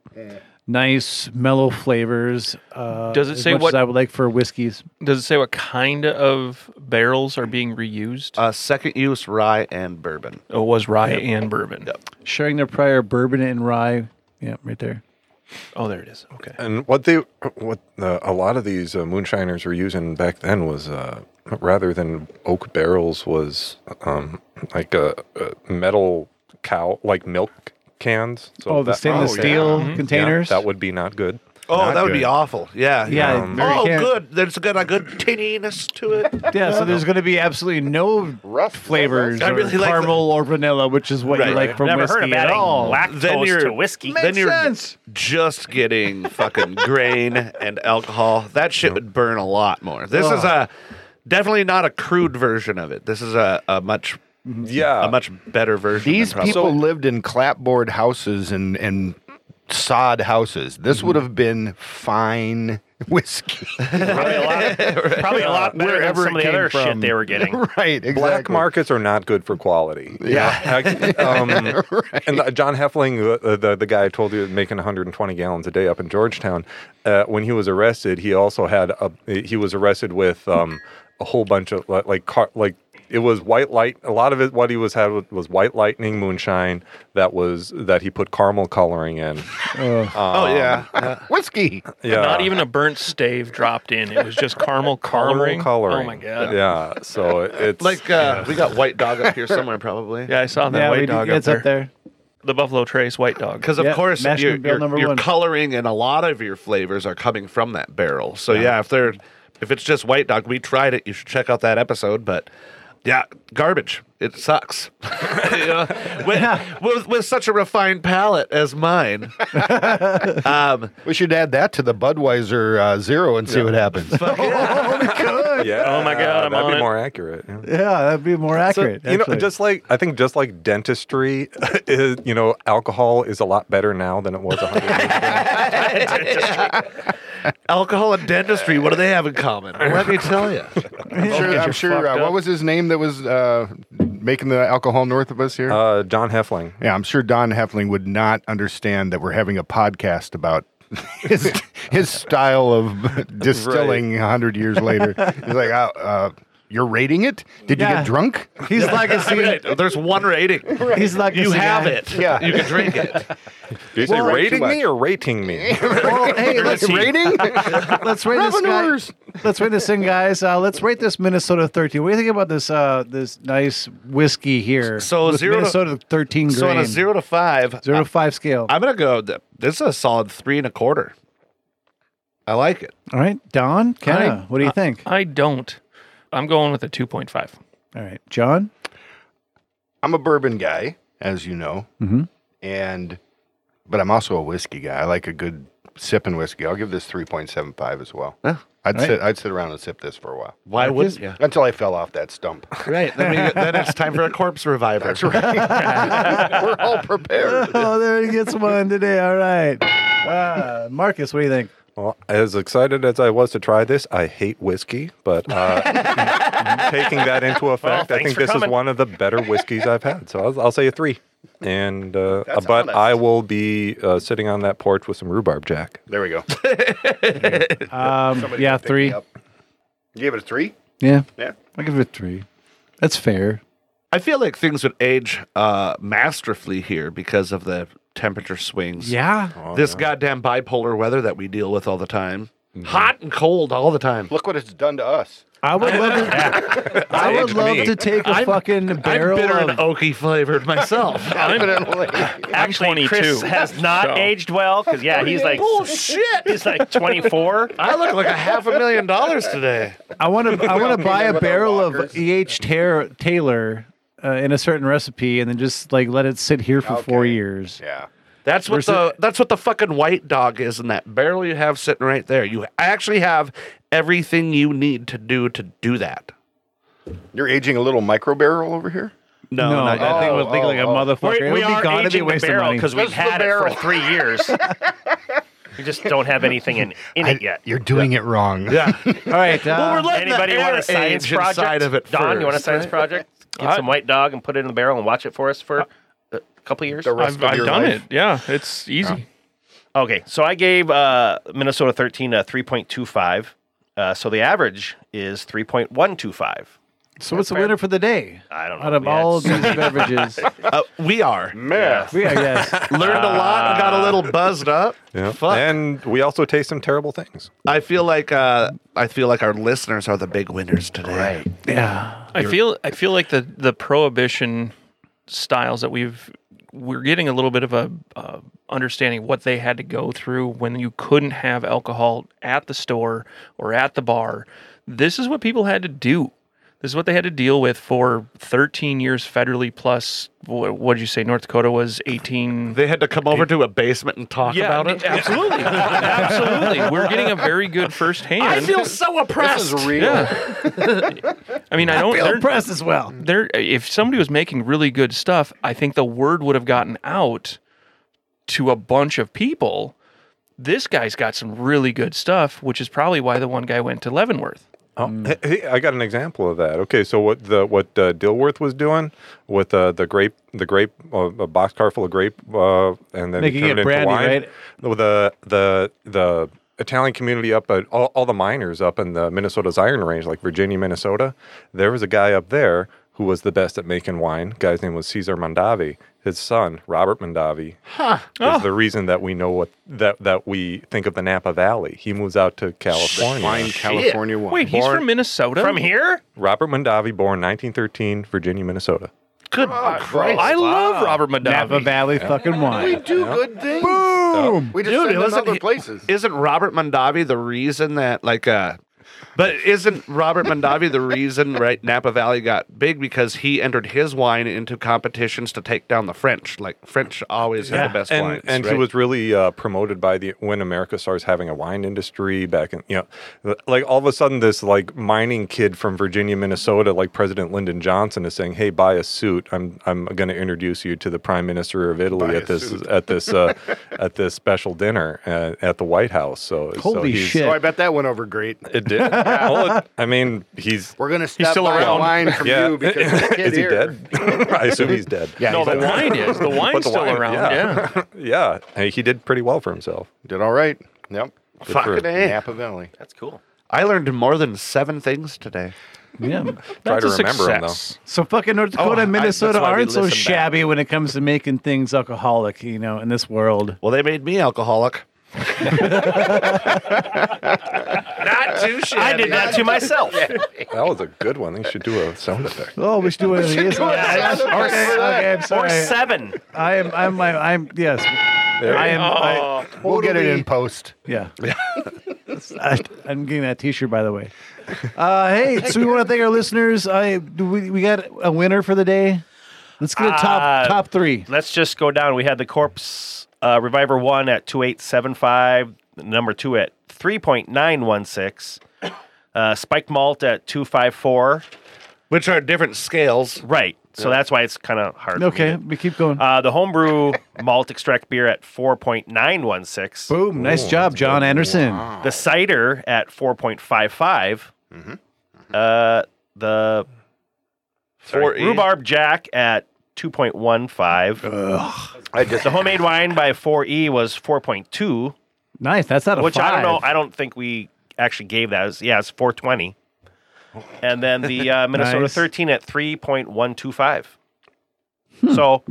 B: nice mellow flavors. Uh,
H: Does it
B: as
H: say
B: much
H: what-
B: as I would like for whiskeys?
H: Does it say what kind of barrels are being reused?
I: uh, second use rye and bourbon.
H: Oh, it was rye and bourbon.
B: Sharing their prior bourbon and rye. Yeah, right there.
H: Oh, there it is. Okay.
G: And what they, what uh, a lot of these uh, moonshiners were using back then was, uh, rather than oak barrels, was um, like a, a metal cow, like milk cans. So
B: oh, the
G: that-
B: stainless
E: oh, yeah.
B: steel
H: Mhm.
G: yeah,
B: containers.
G: that would be not good.
I: Oh,
B: Not
I: that would be
B: good.
I: awful. Yeah.
B: Yeah, very
I: oh,
B: can-
I: good. There's got a good tinniness to it.
B: Yeah, so there's going to be absolutely no flavors,
I: I
B: or
I: really like
B: caramel or vanilla, which is what you like from
I: Never
B: whiskey
I: heard of
B: at
I: adding
B: all.
I: lactose Then you're- to whiskey.
B: Makes
I: then you're-
B: sense.
I: just getting fucking grain and alcohol. That shit would burn a lot more. This is
G: Ugh.
I: a definitely not a crude version of it. This is a, a much
G: yeah
I: a much better version. than
E: These
I: probably-
E: people lived in clapboard houses and and sod houses. This
B: Mm-hmm.
E: would have been fine whiskey.
O: Probably a lot better than
E: Wherever
O: some of
E: it
O: the other
E: came
O: shit
E: from.
O: they were getting.
E: right. Exactly.
G: Black markets are not good for quality.
E: Yeah.
G: I- um, And uh, John Heffling, the, the, the guy I told you was making 120 gallons a day up in Georgetown, uh, when he was arrested, he also had a, he was arrested with um, a whole bunch of li- like car, like it was white light. A lot of it, what he was had was, was white lightning moonshine that was that he put caramel coloring in.
I: oh yeah.
E: whiskey.
G: Yeah.
H: Not even a burnt stave dropped in. It was just caramel coloring.
G: Caramel coloring.
H: Oh my god.
G: Yeah. So it's
I: Like uh, we got white dog up here somewhere probably.
H: Yeah, I saw that
I: Yeah,
H: white
I: we do-
H: dog.
I: it's up
B: there.
H: The Buffalo Trace white dog.
I: Because of course your, your, your
H: one.
I: coloring and a lot of your flavors are coming from that barrel. So yeah. if they're if it's just white dog, we tried it. You should check out that episode. But yeah, garbage. It sucks. You know, with, with, with such a refined palate as mine. um,
E: we should add that to the Budweiser uh, Zero and see what happens.
G: yeah.
H: Oh my God, I'm
G: that'd
H: on
G: be
H: it.
G: more accurate. yeah.
B: Yeah, that'd be more accurate.
G: So, you know,
B: actually.
G: just like I think, just like dentistry, is, you know, alcohol is a lot better now than it was. 100
I: Alcohol and dentistry, what do they have in common? Let me tell you.
E: I'm sure. I'm sure uh, what was his name that was uh, making the alcohol north of us here?
G: uh, John Heffling.
E: yeah, I'm sure Don Heffling would not understand that we're having a podcast about his his style of distilling a hundred years later. He's like, uh, uh, you're rating it? Did you
B: Yeah.
E: get drunk?
B: He's like a
I: Right, There's one rating.
B: He's like a
I: you have
B: cigar.
I: it.
E: Yeah.
I: You can drink it.
G: Did you say
E: Well, too
G: rating
E: much.
G: me or rating me?
B: Well, hey, let's
E: rating.
B: let's rate this guy. Let's rate this thing, guys. Uh, let's rate this Minnesota 13. What do you think about this? Uh, this nice whiskey here.
I: So
B: with
I: zero to-
B: Minnesota 13 grain.
I: So on a zero to five,
B: Zero to five scale.
I: I'm gonna go. th- This is a solid three and a quarter. I like it.
B: All right, Don, Kenna, what do
I: Uh,
B: you think?
H: I don't. I'm going with a 2.5.
B: All right, John.
E: I'm a bourbon guy, as you know,
B: Mhm.
E: and but I'm also a whiskey guy. I like a good sipping whiskey. I'll give this 3.75 as well.
I: Yeah.
E: I'd
B: Right.
E: sit. I'd sit around and sip this for a while.
I: Why wouldn't you?
E: Until I fell off that stump.
I: Right. Then, we, then it's time for a corpse reviver. That's right. We're all prepared.
B: Oh, there he gets one today. All right, uh, Marcus, what do you think?
G: Well, as excited as I was to try this, I hate whiskey, but uh, taking that into effect, I
O: thanks
G: think
O: for
G: this
O: coming.
G: is one of the better whiskeys I've had. So I'll, I'll say a three. And uh,
I: That's
G: but
I: honest.
G: I will be uh, sitting on that porch with some rhubarb jack.
E: There we go.
B: Um,
E: Somebody
B: yeah,
E: come pick
B: three.
E: me up. You gave it a three.
B: Yeah,
E: Yeah.
B: I give it a three. That's fair.
I: I feel like things would age uh, masterfully here because of the temperature swings.
B: Yeah,
I: This goddamn bipolar weather that we deal with all the time. Hot and cold all the time.
E: Look what it's done to us.
B: I would love to. I would love to take a
I: I'm-
B: fucking barrel
I: I'm bitter and
B: of.
I: oaky flavored myself.
E: Definitely.
O: Actually,
H: 22,
O: Chris has not
H: so-
O: aged well because yeah, he's like
I: Bullshit.
O: he's like 24.
I: I look like a half a million dollars today.
B: I want to. I want to buy a
E: with our
B: barrel
E: walkers.
B: of E. H. Tar- Taylor uh, in a certain recipe, and then just like let it sit here for four
E: Okay.
B: years.
E: yeah.
I: That's what
B: Versus-
I: the that's what the fucking white dog is in that barrel you have sitting right there. You actually have everything you need to do to do that.
E: You're aging a little micro barrel over here.
I: No,
B: no,
I: not yet.
B: I think we'll think like a
E: oh, oh.
B: motherfucker.
O: We,
B: it would
O: we
B: be
O: are
B: gone It'd be
O: aging
B: a
O: the
B: waste of
O: barrel
B: money.
O: because we've
E: Just the
O: had it for
E: barrel.
O: three years. we just don't have anything in, in it yet.
E: You're doing it wrong.
I: yeah.
B: All right.
I: well, we're
B: Uh,
I: letting
O: Anybody
I: the
O: want
I: air
O: a science
I: age inside
O: project?
I: of it
O: Don, you want a
I: first,
O: science
I: right?
O: project? Get some white dog and put it in the barrel and watch it for us for a couple years.
E: The rest
H: I've,
E: of
H: I've
E: your
H: done
E: life.
H: it. Yeah, it's easy.
O: Okay, so I gave uh, Minnesota 13 a 3.25. Uh, so the average is 3.125.
B: so what's the winner for the day?
O: I don't know.
B: Out of
O: We had
B: all
O: so
B: these beverages,
I: Uh, we are
E: Meth.
B: we are yes.
I: learned a lot. and Got a little buzzed up.
G: Yeah.
I: Fuck.
G: And we also taste some terrible things.
I: I feel like uh, I feel like our listeners are the big winners today. Right.
B: Yeah.
H: I feel I feel like the the prohibition styles that we've we're getting a little bit of a uh, understanding what they had to go through when you couldn't have alcohol at the store or at the bar. This is what people had to do. This is what they had to deal with for 13 years federally plus. What did you say? North Dakota was 18.
I: They had to come over to a basement and talk
H: Yeah,
I: about it.
H: absolutely. Absolutely. We're getting a very good first hand.
I: I feel so oppressed.
H: I mean, I
I: I
H: don't
I: feel
H: they're-
I: oppressed as well.
H: They're, if somebody was making really good stuff, I think the word would have gotten out to a bunch of people. This guy's got some really good stuff, which is probably why the one guy went to Leavenworth.
G: Oh,
B: Mm.
G: hey, hey, I got an example of that. Okay, so what the what uh, Dilworth was doing with uh, the grape, the grape, uh, a boxcar full of grape, uh, and then he
B: Making
G: turned
B: it brandy,
G: into wine.
B: right?
G: The the the Italian community up at all, all the miners up in the Minnesota's Iron Range, like Virginia, Minnesota. There was a guy up there who was the best at making wine. Guy's name was Cesar Mondavi. His son Robert Mondavi
L: Huh.
B: Oh.
G: is the reason that we know what that that we think of the Napa Valley. He moves out to California.
E: Wine, California wine.
H: Wait, he's
G: Born-
H: from Minnesota?
G: From
H: here?
G: Robert Mondavi, born 1913, Virginia, Minnesota.
H: Good.
E: Christ.
H: I love Robert Mondavi.
B: Napa Valley fucking
E: We
B: wine.
E: do good things.
I: Boom.
E: We just
I: Dude,
E: send them
I: listen,
E: other
I: he-
E: places.
I: Isn't Robert Mondavi the reason that like uh but isn't Robert Mondavi the reason right Napa Valley got big because he entered his wine into competitions to take down the French? Like French always had the best
G: and,
I: wines.
G: And
I: right?
G: he was really uh, promoted by the when America starts having a wine industry back in you know like all of a sudden this like mining kid from Virginia, Minnesota, like President Lyndon Johnson is saying, "Hey, buy a suit. I'm I'm going to introduce you to the Prime Minister of Italy at this at this uh, at this special dinner uh, at the White House." So so he's-
E: So Oh, I bet that went over great.
G: It did. Well, it- I mean, he's
E: We're gonna stop still buying around. wine from you because the kid
G: is he
E: here-
G: dead? I assume he's dead.
E: Yeah, No, he's the dead. wine is. The
G: But
E: wine's still around,
G: Yeah, yeah. Hey, he did pretty well for himself.
E: Did all right. Yep.
G: Good for him.
E: Napa Valley.
I: That's cool. I learned more than seven things today.
B: Yeah.
G: Try to remember him though.
B: So fucking North
I: Oh,
B: Dakota
I: I-
B: and Minnesota
I: that's why we
B: aren't so
I: listen back.
B: shabby when it comes to making things alcoholic, you know, in this world.
I: Well, they made me alcoholic.
O: Not too shabby. I did that to myself.
G: That was a good one. They should do a sound effect.
B: Oh, we should do it.
O: should
B: Yes,
O: do a sound
B: yes.
O: effect
B: Okay,
O: for that.
B: okay, I'm
O: Or
B: sorry.
O: seven.
B: I am. I'm. I'm. I'm yes.
G: There.
B: I am.
O: Oh.
B: I,
E: We'll get it in post.
B: yeah. I, I'm getting that T-shirt, by the way. Uh, hey, so we want to thank our listeners. I do we, we got a winner for the day. Let's get a top
O: Uh,
B: top three.
O: Let's just go down. We had the corpse uh, reviver one at two eight seven five. Number two at three point nine one six. Uh, spiked malt at two five four.
I: Which are different scales,
O: right? So that's why it's kind of hard. for me
B: Okay,
O: to-
B: we keep going.
O: Uh, the homebrew malt extract beer at 4.916.
B: Boom. Nice job, John Anderson.
O: The cider at 4.55. Uh, the
I: Four
O: sorry,
I: E.
O: rhubarb jack at 2.15.
E: I just,
O: the homemade wine by 4E was 4.2,
B: Nice. That's not a
O: which
B: five.
O: I don't know. I don't think we actually gave that. It was- yeah, it's 420. And then the uh, Minnesota
B: Nice.
O: 13 at 3.125.
B: Hmm.
O: So,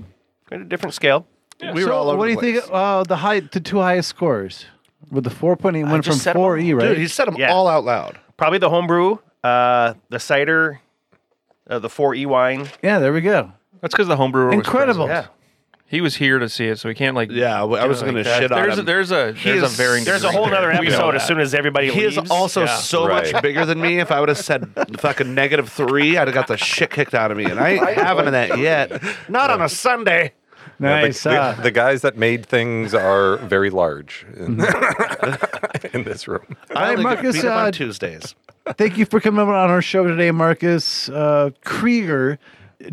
O: at a different scale.
I: We were
B: So
I: all over
B: what do
I: the
B: you think? Uh, the high, the two highest scores with the four point eight one from
O: just said 'em
B: four E, right?
I: Dude, he said them all out loud.
O: probably the homebrew, uh, the cider, uh, the 4E wine.
B: yeah, there we go.
H: That's because the homebrewer
B: Incredible.
H: was present. He was here to see it, so he can't like.
I: Yeah, well, I was
H: like
I: gonna
H: that.
I: shit on
H: there's A,
I: him.
H: there's a
I: He
H: there's a
I: is-
H: varying.
O: There's a whole other episode as soon as everybody
I: He
O: leaves.
I: is also
O: Yeah.
I: so much bigger than me. If I would have said fucking negative three, I'd have got the shit kicked out of me, and I ain't having that yet. Not on a Sunday.
G: Yeah, the-
B: Nice.
G: the,
B: uh,
G: the guys that made things are very large in,
B: Mm-hmm.
G: in this room.
I: I
B: Hey,
I: only get
B: Marcus,
I: beat up
B: uh,
I: on Tuesdays.
B: Thank you for coming on our show today, Marcus uh, Krieger.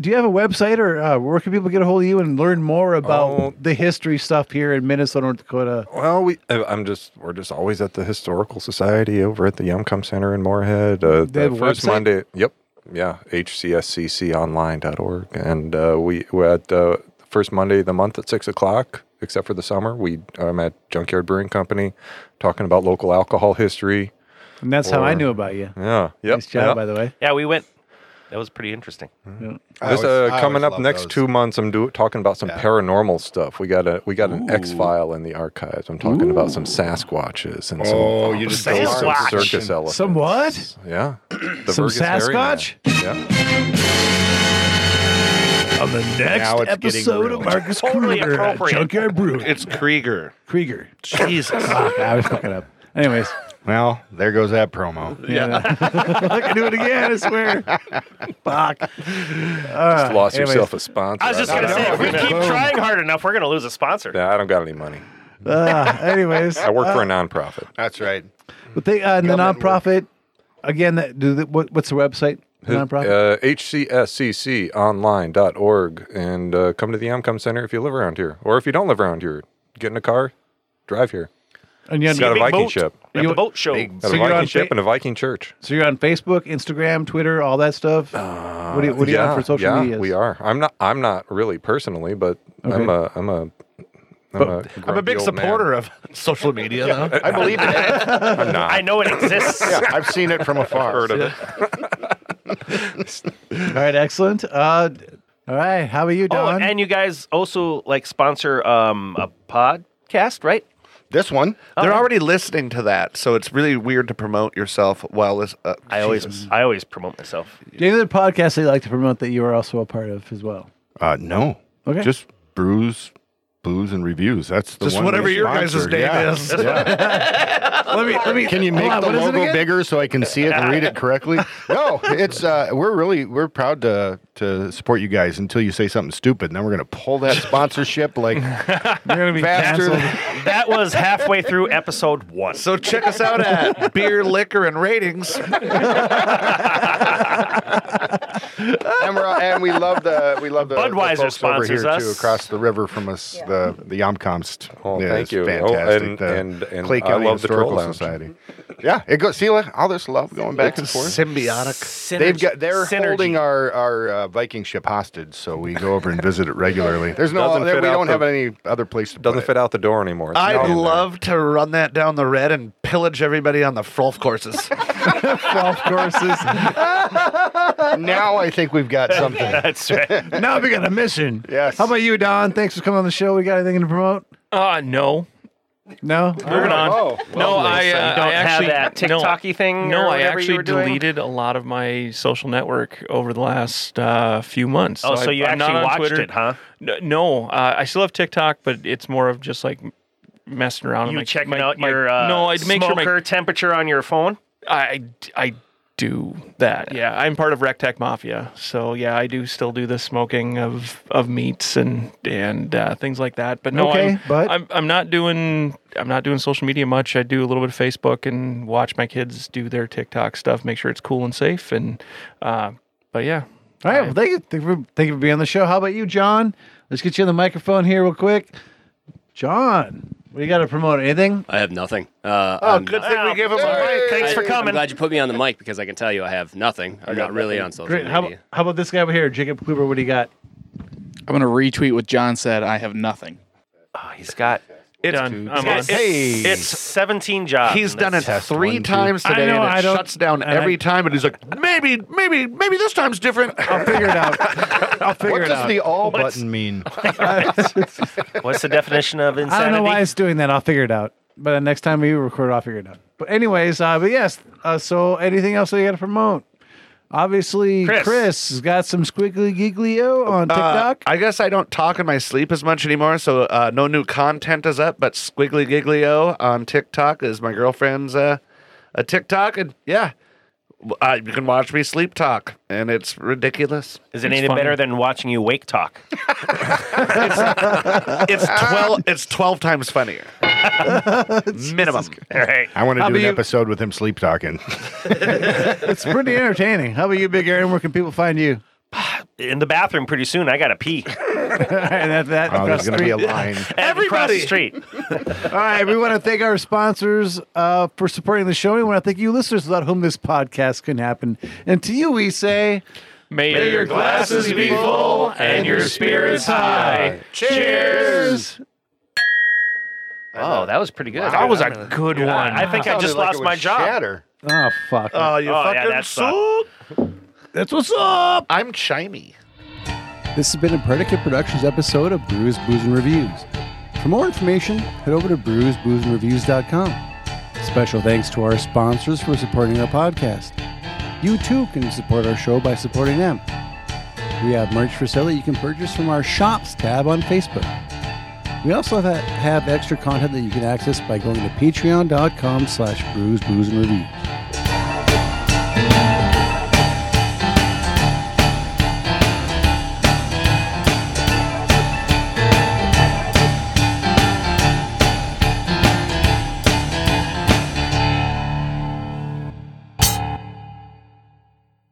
B: Do you have a website or uh, where can people get a hold of you and learn more about the history stuff here in Minnesota, North Dakota?
G: Well, we I- I'm just we're just always at the historical society over at the Yumcom Center in Moorhead. Uh,
B: They have
G: the
B: a
G: first
B: website?
G: Monday. Yep. Yeah. HCSCConline.org, and uh, we we're at uh, the first Monday of the month at six o'clock. Except for the summer, we I'm at Junkyard Brewing Company, talking about local alcohol history.
B: And that's how I
G: Or-
B: knew about you.
G: Yeah. Yep.
B: Nice job,
G: yeah.
B: by the way.
O: Yeah, we went. That was pretty interesting.
E: I
G: This
E: always-
G: uh,
E: I
G: coming
E: always
G: up
E: love
G: next
E: those.
G: two months, I'm do- talking about some paranormal stuff. We got a we got an X file in the archives. I'm talking about some Sasquatches and some
E: Oh, you just
G: some
E: go
G: some
E: on.
G: circus elephants.
B: Some what?
G: yeah, the
B: Some
G: Virgis Hairy Man.
B: Sasquatch?
G: Yeah.
P: on the next
I: Now it's getting
P: episode
I: real.
P: of Marcus
I: Totally
P: Kruger at
I: appropriate.
P: Junkyard Brewing.
I: It's Krieger.
B: Krieger. Ah,
I: Jesus.
B: I was fucking up. Anyways.
E: Well, there goes that promo.
B: Yeah. I can do it again, I swear. Fuck. Uh,
G: Just lost yourself a sponsor.
O: I was just gonna
G: don't
O: say,
G: know.
O: if we keep trying hard enough, we're gonna lose a sponsor.
G: Nah, I don't got any money.
B: Uh, anyways.
G: I work for a
B: uh,
G: nonprofit.
E: That's right.
B: But they uh, the nonprofit again. That, do the, what, what's the website? The nonprofit.
G: Uh, HCSCConline.org and uh, come to the Amcom Center if you live around here. Or if you don't live around here, get in a car, drive here.
B: And you
G: It's got a
B: big
G: Viking
B: boat.
G: ship.
B: You have a boat
A: Oh.
O: show.
B: Big- So
G: Got a
B: you're
G: Viking
B: on fa-
G: ship and a Viking church.
B: So you're on Facebook, Instagram, Twitter, all that stuff. what do you, what do you
G: Uh, yeah,
B: have for social
G: yeah,
B: media?
G: We are. I'm not. I'm not really personally, but I'm a.
B: Okay.
G: I'm a. I'm, a,
I: I'm a
G: grumpy
I: big
G: old man.
I: supporter of social media, though.
G: I believe
I: in it.
G: I'm not.
O: I know it exists.
E: Yeah, I've seen it from afar.
G: heard of
B: all right, excellent. Uh, all right, how are you,
O: Oh,
B: Don?
O: and you guys also like sponsor um, a podcast, right?
E: This one.
I: They're already listening to that, so it's really weird to promote yourself while this. Uh,
O: I always, I always promote myself.
B: Do you have other podcasts that you like to promote that you are also a part of as well?
E: Uh, no.
B: Okay.
E: Just brews, booze, and reviews. That's the
I: Just
E: one we
I: whatever your guys'
E: sponsored.
I: name
E: Yeah.
I: is.
B: let me, let me,
E: Can you
B: hold
E: make
B: on,
E: the
B: what is it
E: logo
B: again?
E: bigger so I can see it and read it correctly? No, it's uh, we're really we're proud to to support you guys until you say something stupid, and then we're gonna pull that sponsorship like
B: You're gonna be
E: faster.
B: canceled.
E: Than,
O: That was halfway through episode one.
I: So check us out at beer, liquor, and ratings.
E: and, we're, and we love the we love the the
O: Budweiser
E: folks over
O: sponsors
E: here too,
O: us.
E: across the river from us. The the Yomcomst.
G: Oh,
E: Yeah,
G: thank
E: it's
G: you. Oh,
E: Fantastic.
G: and-
E: the
G: and- and
E: Clay
G: I
E: County
G: love the
E: Historical
G: Troll Lounge.
E: Society. Yeah, it goes. See, like, all this love going back and forth.
I: Symbiotic.
E: They've got they're
O: Synergy.
E: holding our our uh, Viking ship hostage, so we go over and visit it regularly. There's no
G: Doesn't
E: there, we
G: fit out
E: don't
G: the-
E: have any other place to
G: Doesn't
E: put
G: fit out the door anymore. It's not
I: I'd
G: in there.
I: love to run that down the red and pillage everybody on the Frolf courses.
B: golf courses.
E: it. Now I think we've got something.
O: That's right.
B: now we got a mission.
E: Yes.
B: How about you, Don? Thanks for coming on the show. We got anything to promote?
H: Uh, no.
B: No.
H: Moving on.
E: Oh,
H: no, I,
O: So you
H: uh,
O: don't
H: I
O: have
H: actually
O: that
H: no,
O: TikTok-y thing
H: No,
O: or
H: I
O: whatever you
H: actually
O: were doing?
H: deleted a lot of my social network over the last uh, few months.
O: Oh, so
H: I-
O: you
H: I'm not
O: actually
H: on
O: watched
H: Twitter.
O: it, huh?
H: N- No, uh, I still have TikTok, but it's more of just like messing around. and
O: You
H: my,
O: checking
H: my-
O: out
H: my-
O: your uh,
H: no, I'd make sure
O: smoker
H: my
O: temperature on your phone.
H: I, I I do that. Yeah, I'm part of Rectech Mafia, so yeah, I do still do the smoking of of meats and and uh, things like that. But no,
B: Okay,
H: I'm,
B: but-
H: I'm I'm not doing I'm not doing social media much. I do a little bit of Facebook and watch my kids do their TikTok stuff, make sure it's cool and safe. And uh, but yeah,
B: All right. Well, thank you, thank you, for, thank you for being on the show. How about you, John? Let's get you on the microphone here real quick. John, what do you got to promote? Anything?
C: I have nothing. Uh,
I: oh,
C: I'm-
I: good thing we gave him a mic.
O: Thanks for
C: I-
O: coming.
C: I'm glad you put me on the mic because I can tell you I have nothing. I'm not really on social
B: Great.
C: media.
B: How, how about this guy over here, Jacob Kluber? What do you got?
D: I'm gonna retweet what John said. I have nothing.
O: Oh, he's got.
H: it's done. I'm on.
O: It's, it's 17 jobs.
I: He's
O: in
I: done it
O: this.
I: three
E: one, two.
I: times
B: I
I: today,
B: know,
I: and
B: I
I: it
B: don't-
I: shuts down
B: and I-
I: every time. And he's like, maybe, maybe, maybe this time's different.
B: I'll figure it out. I'll figure
E: What
B: it
E: does
B: out.
E: the all
O: What's-
E: button mean?
O: What's the definition of
B: I
O: insanity?
B: don't know why it's doing that. I'll figure it out. But the next time we record, I'll figure it out. But anyways, uh, but yes. Uh, so anything else that you got to promote? Obviously, Chris.
O: Chris.
B: has got some squiggly giggly o on
I: Uh,
B: TikTok.
I: I guess I don't talk in my sleep as much anymore, so uh, no new content is up. But Squiggly Giglio on TikTok is my girlfriend's uh, a TikTok, and yeah, w- uh, you can watch me sleep talk, and it's ridiculous.
O: Is it any better than watching you wake talk?
I: It's twelve. it's twelve times funnier, minimum.
O: All right.
E: I want to
B: How
E: do
B: about
E: an
B: you-
E: episode with him sleep talking.
B: it's pretty entertaining. How about you, Big Aaron? Where can people find you?
O: In the bathroom pretty soon. I got to pee.
B: and that, that
E: Oh,
B: across
E: there's
B: the
E: going to be a
B: street.
E: line.
O: Everybody. Across the street.
B: All right, we want to thank our sponsors uh, for supporting the show. We want to thank you, listeners, without whom this podcast couldn't happen. And to you, we say.
H: May, your glasses be full and your spirits high.
B: Cheers.
I: Oh, that was pretty good.
O: That was a good one. Uh, I think I
E: Sounded
O: just
E: like
O: lost
E: it
O: my
E: was
O: job.
E: Shatter.
B: Oh fuck!
I: Oh, you
O: Oh, yeah,
I: fucking
O: that sucked.
I: suck.
B: That's what's up.
I: I'm chimey.
B: This has been a Predicate Productions episode of Brews, Booze, and Reviews. For more information, head over to brewsboozeandreviews.com. Special thanks to our sponsors for supporting our podcast. You too can support our show by supporting them. We have merch for sale that you can purchase from our shops tab on Facebook. We also have, have extra content that you can access by going to patreon.com slash brews, booze, and reviews.